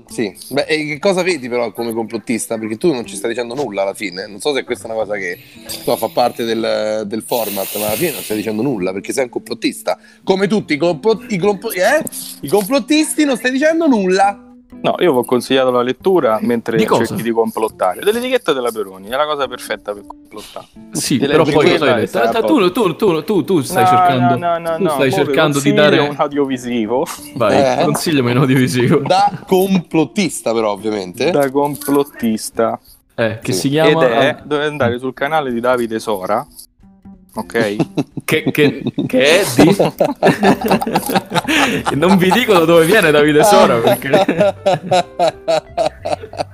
[SPEAKER 2] sì, Beh, e che cosa vedi però come complottista? Perché tu non ci stai dicendo nulla alla fine. Non so se questa è una cosa che so, fa parte del, del format, ma alla fine non stai dicendo nulla perché sei un complottista. Come tutti i, complo- i complo- eh? I complottisti non stai dicendo nulla.
[SPEAKER 4] no, io vi ho consigliato la lettura mentre
[SPEAKER 1] Di cosa?
[SPEAKER 4] cerchi di complottare. Dell'etichetta della Peroni, è la cosa perfetta per complottare.
[SPEAKER 1] Sì,
[SPEAKER 4] Ti
[SPEAKER 1] però
[SPEAKER 4] leggi
[SPEAKER 1] poi
[SPEAKER 4] quella
[SPEAKER 1] cosa hai
[SPEAKER 4] e
[SPEAKER 1] detto?
[SPEAKER 4] sarà
[SPEAKER 1] Ah,
[SPEAKER 4] a
[SPEAKER 1] tu, tu, tu, tu, tu stai
[SPEAKER 4] No,
[SPEAKER 1] cercando,
[SPEAKER 4] no, no, no,
[SPEAKER 1] tu
[SPEAKER 4] no,
[SPEAKER 1] stai
[SPEAKER 4] mo vi
[SPEAKER 1] cercando di
[SPEAKER 4] consiglio
[SPEAKER 1] dare...
[SPEAKER 4] un audiovisivo
[SPEAKER 1] Vai,
[SPEAKER 2] Eh.
[SPEAKER 1] consigliami un audiovisivo.
[SPEAKER 2] Da complottista, però, ovviamente.
[SPEAKER 4] da complottista.
[SPEAKER 1] Eh, che
[SPEAKER 2] Sì.
[SPEAKER 1] si
[SPEAKER 4] Ed
[SPEAKER 1] chiama...
[SPEAKER 4] è, dovete andare sul canale di Davide Sora, ok?
[SPEAKER 1] Che, che- che è di... non vi dicono dove viene
[SPEAKER 2] Ah.
[SPEAKER 1] Davide Sora, perché...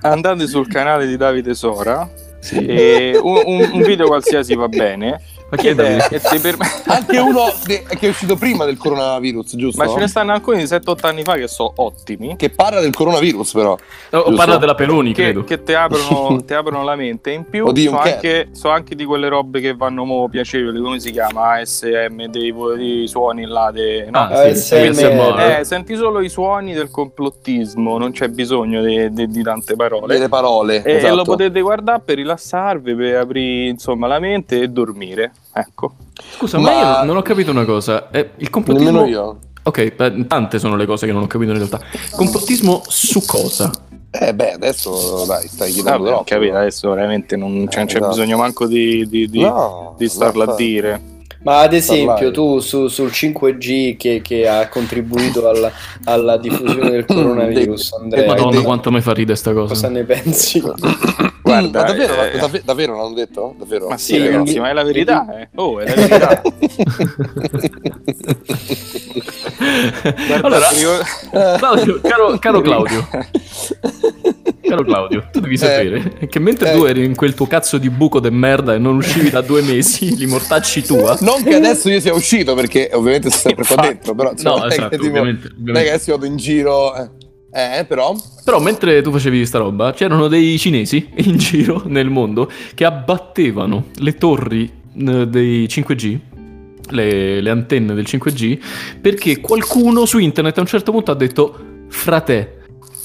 [SPEAKER 4] Andate sul canale di Davide Sora
[SPEAKER 1] Sì.
[SPEAKER 4] e un, un- un video qualsiasi va bene.
[SPEAKER 1] Ma chi è
[SPEAKER 4] Ed è-
[SPEAKER 1] Davide?
[SPEAKER 4] e ti perm-
[SPEAKER 2] Anche uno de- che è uscito prima del coronavirus, giusto?
[SPEAKER 4] Ma ce ne stanno alcuni di 7-8 anni fa che sono ottimi.
[SPEAKER 2] Che parla del coronavirus, però.
[SPEAKER 1] No,
[SPEAKER 2] Giusto.
[SPEAKER 1] parla della Peloni,
[SPEAKER 4] Che,
[SPEAKER 1] credo.
[SPEAKER 4] che ti, aprono, ti aprono la mente in più
[SPEAKER 2] O di
[SPEAKER 4] so
[SPEAKER 2] Juncker.
[SPEAKER 4] anche, so anche di quelle robe che vanno mo piacevoli come si chiama ASM dei, dei suoni là de- no?
[SPEAKER 1] Ah, sì,
[SPEAKER 3] ASMR.
[SPEAKER 1] ASMR.
[SPEAKER 4] Eh, senti solo i suoni del complottismo non c'è bisogno de- de- di tante parole
[SPEAKER 2] Delle parole.
[SPEAKER 4] E,
[SPEAKER 2] esatto.
[SPEAKER 4] e Eh, lo potete guardare per rilassarvi, per aprire insomma la mente e dormire. Ecco.
[SPEAKER 1] Scusa, ma...
[SPEAKER 2] Ma-
[SPEAKER 1] io non ho capito una cosa. Eh, il complottismo...
[SPEAKER 2] Nemmeno io.
[SPEAKER 1] Ok, beh, tante sono le cose che non ho capito in realtà. Complottismo su cosa?
[SPEAKER 2] Eh beh, adesso dai, stai
[SPEAKER 4] Vabbè,
[SPEAKER 2] chiedendo troppo.
[SPEAKER 4] capito, eh, adesso veramente non, cioè, non c'è
[SPEAKER 2] esatto.
[SPEAKER 4] bisogno manco di, di, di,
[SPEAKER 2] No,
[SPEAKER 4] di starla a
[SPEAKER 2] basta.
[SPEAKER 4] dire.
[SPEAKER 3] Ma ad esempio
[SPEAKER 2] Parlare.
[SPEAKER 3] tu su- sul 5G che, che ha contribuito alla, alla diffusione del coronavirus, Andrea,
[SPEAKER 1] Eh, Madonna,
[SPEAKER 2] dei-
[SPEAKER 1] quanto mi fa ridere sta cosa.
[SPEAKER 3] Eh, cosa ne pensi?
[SPEAKER 4] Guarda,
[SPEAKER 2] Mm, Ma davvero,
[SPEAKER 4] eh,
[SPEAKER 2] ma davve- davvero l'hanno detto? Davvero? Eh,
[SPEAKER 4] Ma sì,
[SPEAKER 3] Sì,
[SPEAKER 4] ragazzi,
[SPEAKER 3] quindi-
[SPEAKER 4] ma è la verità, eh. Oh, è la verità. Guarda,
[SPEAKER 1] allora,
[SPEAKER 4] io-
[SPEAKER 1] Claudio, caro, caro Claudio, caro Claudio, tu devi sapere che mentre tu eri in quel tuo cazzo di buco de merda e non uscivi da due mesi, li mortacci tua.
[SPEAKER 2] Non che adesso io sia uscito, perché ovviamente sono sempre qua
[SPEAKER 4] Infatti.
[SPEAKER 2] dentro, però
[SPEAKER 1] No,
[SPEAKER 2] insomma, non è
[SPEAKER 1] esatto,
[SPEAKER 2] che, tipo,
[SPEAKER 1] ovviamente,
[SPEAKER 2] non è che
[SPEAKER 1] ovviamente.
[SPEAKER 2] adesso io vado in giro... eh, Eh, però...
[SPEAKER 1] Però mentre tu facevi sta roba, c'erano dei cinesi in giro nel mondo che abbattevano le torri eh, dei 5G, le, le antenne del 5G, perché qualcuno su internet a un certo punto ha detto, frate,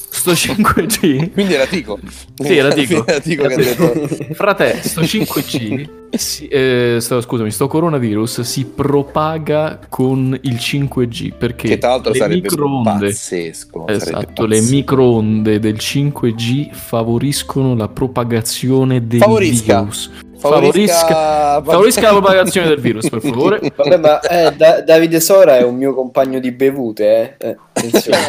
[SPEAKER 1] sto 5G
[SPEAKER 2] Quindi era Tico.
[SPEAKER 1] Sì, era
[SPEAKER 2] Alla
[SPEAKER 1] Tico.
[SPEAKER 2] fine Era Tico Eh, che ha detto...
[SPEAKER 1] Frate, sto 5G, si- eh, sto- scusami, sto coronavirus si propaga con il 5G perché
[SPEAKER 2] Che tra l'altro
[SPEAKER 1] le
[SPEAKER 2] sarebbe
[SPEAKER 1] microonde,
[SPEAKER 2] pazzesco. sarebbe
[SPEAKER 1] esatto,
[SPEAKER 2] pazzesco.
[SPEAKER 1] le microonde del 5G favoriscono la propagazione del
[SPEAKER 2] Favorisca.
[SPEAKER 1] virus. Favorisca, favorisca la propagazione del virus, per favore.
[SPEAKER 3] Vabbè, ma eh, Da- Davide Sora è un mio compagno di bevute, eh. Eh, attenzione.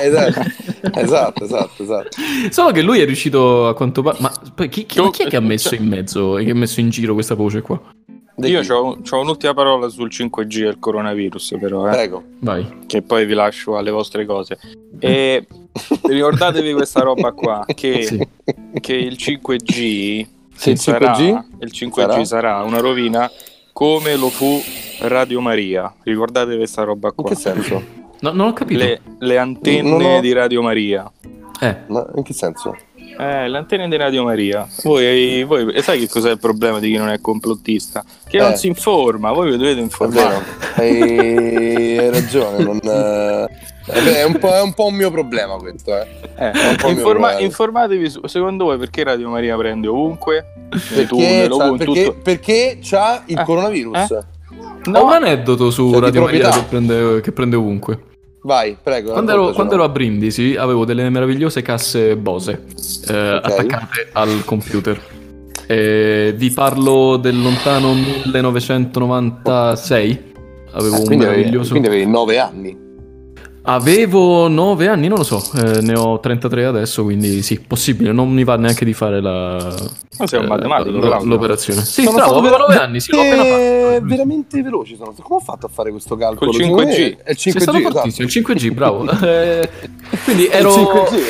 [SPEAKER 2] Eh, esatto. esatto, esatto, esatto.
[SPEAKER 1] Solo che lui è riuscito a quanto pare. Ma poi chi, chi-
[SPEAKER 4] Io-
[SPEAKER 1] chi è che ha messo in mezzo? Che ha messo in giro questa voce qua?
[SPEAKER 4] io c'ho, c'ho un'ultima parola sul 5G e il coronavirus, però, eh,
[SPEAKER 2] Prego.
[SPEAKER 1] Vai.
[SPEAKER 4] che poi vi lascio alle vostre cose. E ricordatevi questa roba qua, che,
[SPEAKER 1] Sì.
[SPEAKER 4] che il 5G,
[SPEAKER 2] Sì, il
[SPEAKER 4] sarà,
[SPEAKER 2] 5G?
[SPEAKER 4] il 5G sarà? una rovina come lo fu Radio Maria. Ricordatevi questa roba
[SPEAKER 2] In
[SPEAKER 4] qua.
[SPEAKER 2] che senso?
[SPEAKER 1] No, non ho capito.
[SPEAKER 4] Le, le antenne
[SPEAKER 2] Non ho-
[SPEAKER 4] di Radio Maria.
[SPEAKER 1] Eh,
[SPEAKER 2] No, in che senso?
[SPEAKER 4] Eh, l'antenna di Radio Maria. Voi, voi- e sai che cos'è il problema di chi non è complottista? Che
[SPEAKER 2] Eh.
[SPEAKER 4] non si informa, voi vi dovete
[SPEAKER 2] È vero.
[SPEAKER 4] informare.
[SPEAKER 2] Hai, hai ragione. non, eh, eh, beh, è, un po', è un po' un mio problema questo. Eh.
[SPEAKER 4] Eh,
[SPEAKER 2] È un po' mio
[SPEAKER 4] informa-
[SPEAKER 2] problema.
[SPEAKER 4] informatevi su- secondo voi perché Radio Maria prende ovunque, nei
[SPEAKER 2] Perché,
[SPEAKER 4] tunnel,
[SPEAKER 2] c'ha,
[SPEAKER 4] ovunque,
[SPEAKER 2] perché,
[SPEAKER 4] tutto.
[SPEAKER 2] perché c'ha il
[SPEAKER 4] Eh,
[SPEAKER 2] coronavirus?
[SPEAKER 1] ho un aneddoto su
[SPEAKER 2] Cioè, di
[SPEAKER 1] Radio Maria
[SPEAKER 2] proprietà.
[SPEAKER 1] che prende- che prende ovunque.
[SPEAKER 2] Vai, prego.
[SPEAKER 1] Quando ero,
[SPEAKER 2] raccontacelo.
[SPEAKER 1] quando ero a Brindisi avevo delle meravigliose casse Bose eh, attaccate al computer. Eh, vi parlo del lontano 1996. Avevo
[SPEAKER 2] Ah,
[SPEAKER 1] un
[SPEAKER 2] quindi, avevi,
[SPEAKER 1] meraviglioso.
[SPEAKER 2] quindi avevi 9 anni.
[SPEAKER 1] Avevo 9 anni, non lo so, eh, ne ho 33 adesso, quindi sì, possibile, non mi va neanche di fare la,
[SPEAKER 4] Ma sei un
[SPEAKER 1] eh,
[SPEAKER 4] matematico,
[SPEAKER 1] lo-
[SPEAKER 4] Claudio.
[SPEAKER 1] l'operazione. Sì,
[SPEAKER 2] Sono
[SPEAKER 1] bravo,
[SPEAKER 2] stato
[SPEAKER 1] avevo
[SPEAKER 2] vera-
[SPEAKER 1] 9 anni, sì, l'ho appena
[SPEAKER 2] Eh,
[SPEAKER 1] fatto.
[SPEAKER 2] veramente veloci sono. Come ho fatto a fare questo calcolo?
[SPEAKER 4] Col
[SPEAKER 2] Secondo
[SPEAKER 4] 5G.
[SPEAKER 2] me È il
[SPEAKER 1] Sei stato
[SPEAKER 2] 5G, esatto.
[SPEAKER 1] fortissimo, il 5G, bravo. Eh, quindi
[SPEAKER 2] Il
[SPEAKER 1] ero,
[SPEAKER 2] 5G.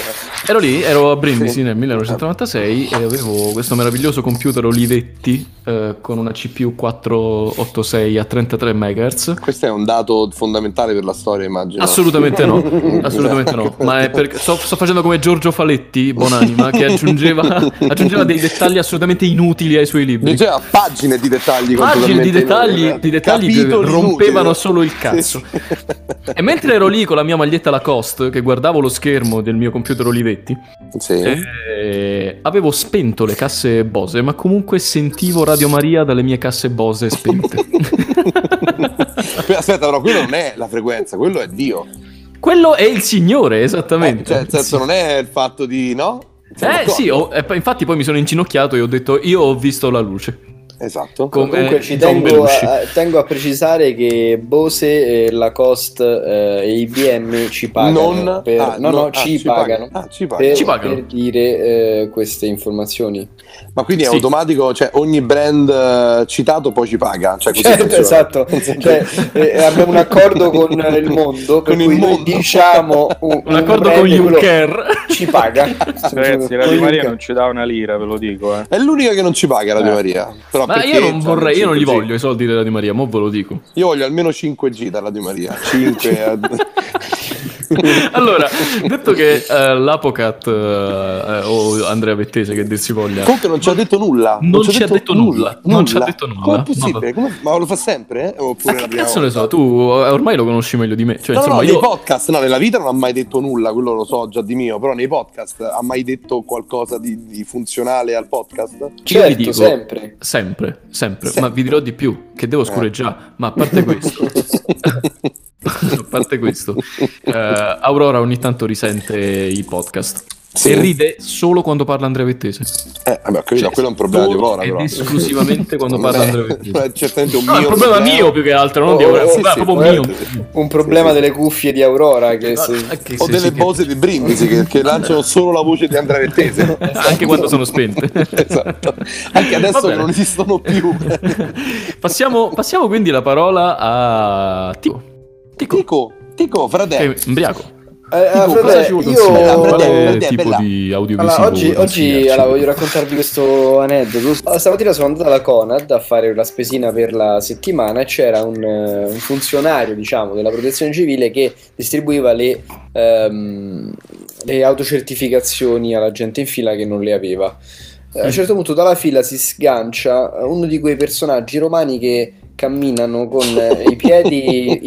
[SPEAKER 1] ero lì, ero a Brindisi
[SPEAKER 2] Sì.
[SPEAKER 1] nel 1996 e avevo questo meraviglioso computer Olivetti eh, con una CPU 486 a 33 MHz.
[SPEAKER 2] Questo è un dato fondamentale per la storia, immagino. Esatto.
[SPEAKER 1] Assolutamente no, assolutamente no. Ma è perché- sto, sto facendo come Giorgio Faletti, buonanima, che aggiungeva, aggiungeva dei dettagli assolutamente inutili ai suoi libri.
[SPEAKER 2] Diceva pagine di
[SPEAKER 1] Pagine
[SPEAKER 2] dettagli
[SPEAKER 1] di
[SPEAKER 2] completamente
[SPEAKER 1] dettagli,
[SPEAKER 2] inutili.
[SPEAKER 1] di dettagli che
[SPEAKER 2] Capitoli
[SPEAKER 1] rompevano
[SPEAKER 2] inutili.
[SPEAKER 1] solo il cazzo.
[SPEAKER 2] Sì, sì.
[SPEAKER 1] E mentre ero lì con la mia maglietta Lacoste, che guardavo lo schermo del mio computer Olivetti,
[SPEAKER 2] Sì.
[SPEAKER 1] eh, avevo spento le casse Bose, ma comunque sentivo Radio Maria dalle mie casse Bose spente.
[SPEAKER 2] Aspetta, però quello non è la frequenza, quello è Dio.
[SPEAKER 1] Quello è il Signore,
[SPEAKER 2] Eh,
[SPEAKER 1] esattamente.
[SPEAKER 2] cioè, nel senso, non è il fatto di no? Cioè, Siamo
[SPEAKER 1] Eh
[SPEAKER 2] d'accordo?
[SPEAKER 1] sì, ho- e poi- infatti poi mi sono inginocchiato e ho detto io ho visto la luce.
[SPEAKER 2] Esatto.
[SPEAKER 1] Come-
[SPEAKER 3] Comunque ci
[SPEAKER 1] John
[SPEAKER 3] tengo
[SPEAKER 1] eh, Belushi.
[SPEAKER 3] a, a- tengo a precisare che Bose, eh, Lacoste eh, e IBM ci pagano.
[SPEAKER 2] Non-
[SPEAKER 3] per-
[SPEAKER 2] ah,
[SPEAKER 3] no, no,
[SPEAKER 2] non- ah,
[SPEAKER 3] ci,
[SPEAKER 2] ci
[SPEAKER 3] pagano. Eh,
[SPEAKER 2] pagano. Ah, ci pagano.
[SPEAKER 3] per,
[SPEAKER 1] Ci pagano.
[SPEAKER 3] per dire eh, queste informazioni.
[SPEAKER 2] Ma quindi è
[SPEAKER 1] Sì.
[SPEAKER 2] automatico, cioè ogni brand eh, citato poi ci paga. Cioè, così
[SPEAKER 3] Certo,
[SPEAKER 2] funziona.
[SPEAKER 3] esatto. Cioè, eh, abbiamo un accordo con il mondo per
[SPEAKER 2] Con
[SPEAKER 3] cui
[SPEAKER 2] il
[SPEAKER 3] noi
[SPEAKER 2] mondo.
[SPEAKER 3] diciamo un,
[SPEAKER 1] Un accordo
[SPEAKER 3] brand
[SPEAKER 1] con
[SPEAKER 3] e quello
[SPEAKER 1] Juncker.
[SPEAKER 3] ci paga.
[SPEAKER 4] Ragazzi,
[SPEAKER 3] Con
[SPEAKER 4] Radio Maria
[SPEAKER 3] Juncker.
[SPEAKER 4] non ci dà una lira, ve lo dico. Eh.
[SPEAKER 2] È l'unica che non ci paga Radio
[SPEAKER 4] Eh.
[SPEAKER 2] Maria. Però
[SPEAKER 1] Ma
[SPEAKER 2] perché
[SPEAKER 1] io non
[SPEAKER 2] c'hanno
[SPEAKER 1] vorrei, io non li
[SPEAKER 2] 5G?
[SPEAKER 1] voglio i soldi della Di Maria, mo ve lo dico.
[SPEAKER 2] Io voglio almeno 5G da Radio Maria. 5
[SPEAKER 1] allora, detto che eh, l'Apocat eh, eh, o Andrea Vettese che dir si voglia
[SPEAKER 2] Conte non ci ha detto nulla.
[SPEAKER 1] Non ci ha detto nulla, non ci ha detto nulla.
[SPEAKER 2] Com'è possibile?
[SPEAKER 1] Vabbè.
[SPEAKER 2] Come- Ma lo fa sempre? eh? Oppure
[SPEAKER 1] ma
[SPEAKER 2] la
[SPEAKER 1] che
[SPEAKER 2] prima
[SPEAKER 1] cazzo ne
[SPEAKER 2] volta?
[SPEAKER 1] so, tu eh, ormai lo conosci meglio di me. Cioè,
[SPEAKER 2] No, no,
[SPEAKER 1] insomma,
[SPEAKER 2] no,
[SPEAKER 1] io...
[SPEAKER 2] nei podcast, no, nella vita non ha mai detto nulla, quello lo so già di mio, però nei podcast ha mai detto qualcosa di, di funzionale al podcast?
[SPEAKER 1] Io vi
[SPEAKER 3] Certo,
[SPEAKER 1] dico-
[SPEAKER 3] sempre.
[SPEAKER 1] Sempre, sempre,
[SPEAKER 2] Sempre.
[SPEAKER 1] ma vi dirò di più, che devo scureggiare, ma a parte questo, a parte questo, eh, Aurora ogni tanto risente i podcast. E ride solo quando parla Andrea Vettese.
[SPEAKER 2] Eh, vabbè, ho capito,
[SPEAKER 1] Cioè,
[SPEAKER 2] quello è un problema di
[SPEAKER 1] solo
[SPEAKER 2] Vora,
[SPEAKER 1] ed
[SPEAKER 2] però.
[SPEAKER 1] esclusivamente quando
[SPEAKER 2] Non è-
[SPEAKER 1] parla Andrea Vettese.
[SPEAKER 2] non è certamente un
[SPEAKER 1] No, è un
[SPEAKER 2] mio
[SPEAKER 1] problema mio più che altro, non
[SPEAKER 2] Oh,
[SPEAKER 1] di Aurora,
[SPEAKER 2] oh,
[SPEAKER 1] è
[SPEAKER 2] sì,
[SPEAKER 1] un problema
[SPEAKER 2] sì,
[SPEAKER 1] proprio mio.
[SPEAKER 2] veramente.
[SPEAKER 3] Un problema
[SPEAKER 2] Sì, sì.
[SPEAKER 3] delle cuffie di Aurora che se-
[SPEAKER 1] Ah, che
[SPEAKER 2] Ho
[SPEAKER 1] se-
[SPEAKER 2] delle
[SPEAKER 1] sì, che-
[SPEAKER 2] pose di brindisi che, che lanciano solo la voce di Andrea Vettese.
[SPEAKER 1] Anche quando sono spente.
[SPEAKER 2] esatto. Anche adesso
[SPEAKER 1] Va
[SPEAKER 2] che
[SPEAKER 1] bene.
[SPEAKER 2] non esistono più.
[SPEAKER 1] passiamo, passiamo quindi la parola a Tico. Tico,
[SPEAKER 2] Tico, Tico,
[SPEAKER 1] che
[SPEAKER 2] fratello.
[SPEAKER 1] è imbriaco.
[SPEAKER 3] Eh, eh,
[SPEAKER 1] Tico, cosa
[SPEAKER 3] frate,
[SPEAKER 1] ci vuoi
[SPEAKER 3] io Ah,
[SPEAKER 1] consigliare?
[SPEAKER 2] Fratello,
[SPEAKER 1] Quale
[SPEAKER 2] fratello,
[SPEAKER 1] tipo
[SPEAKER 2] bella.
[SPEAKER 1] di audiovisivo?
[SPEAKER 3] Allora, oggi, oggi
[SPEAKER 1] consigliarci?
[SPEAKER 3] allora, voglio raccontarvi questo aneddoto. Allora, stamattina sono andato alla Conad a fare la spesina per la settimana e c'era un, eh, un funzionario, diciamo, della protezione civile che distribuiva le, ehm, le autocertificazioni alla gente in fila che non le aveva. Eh, A un certo punto dalla fila si sgancia eh, uno di quei personaggi romani che camminano con eh, i piedi,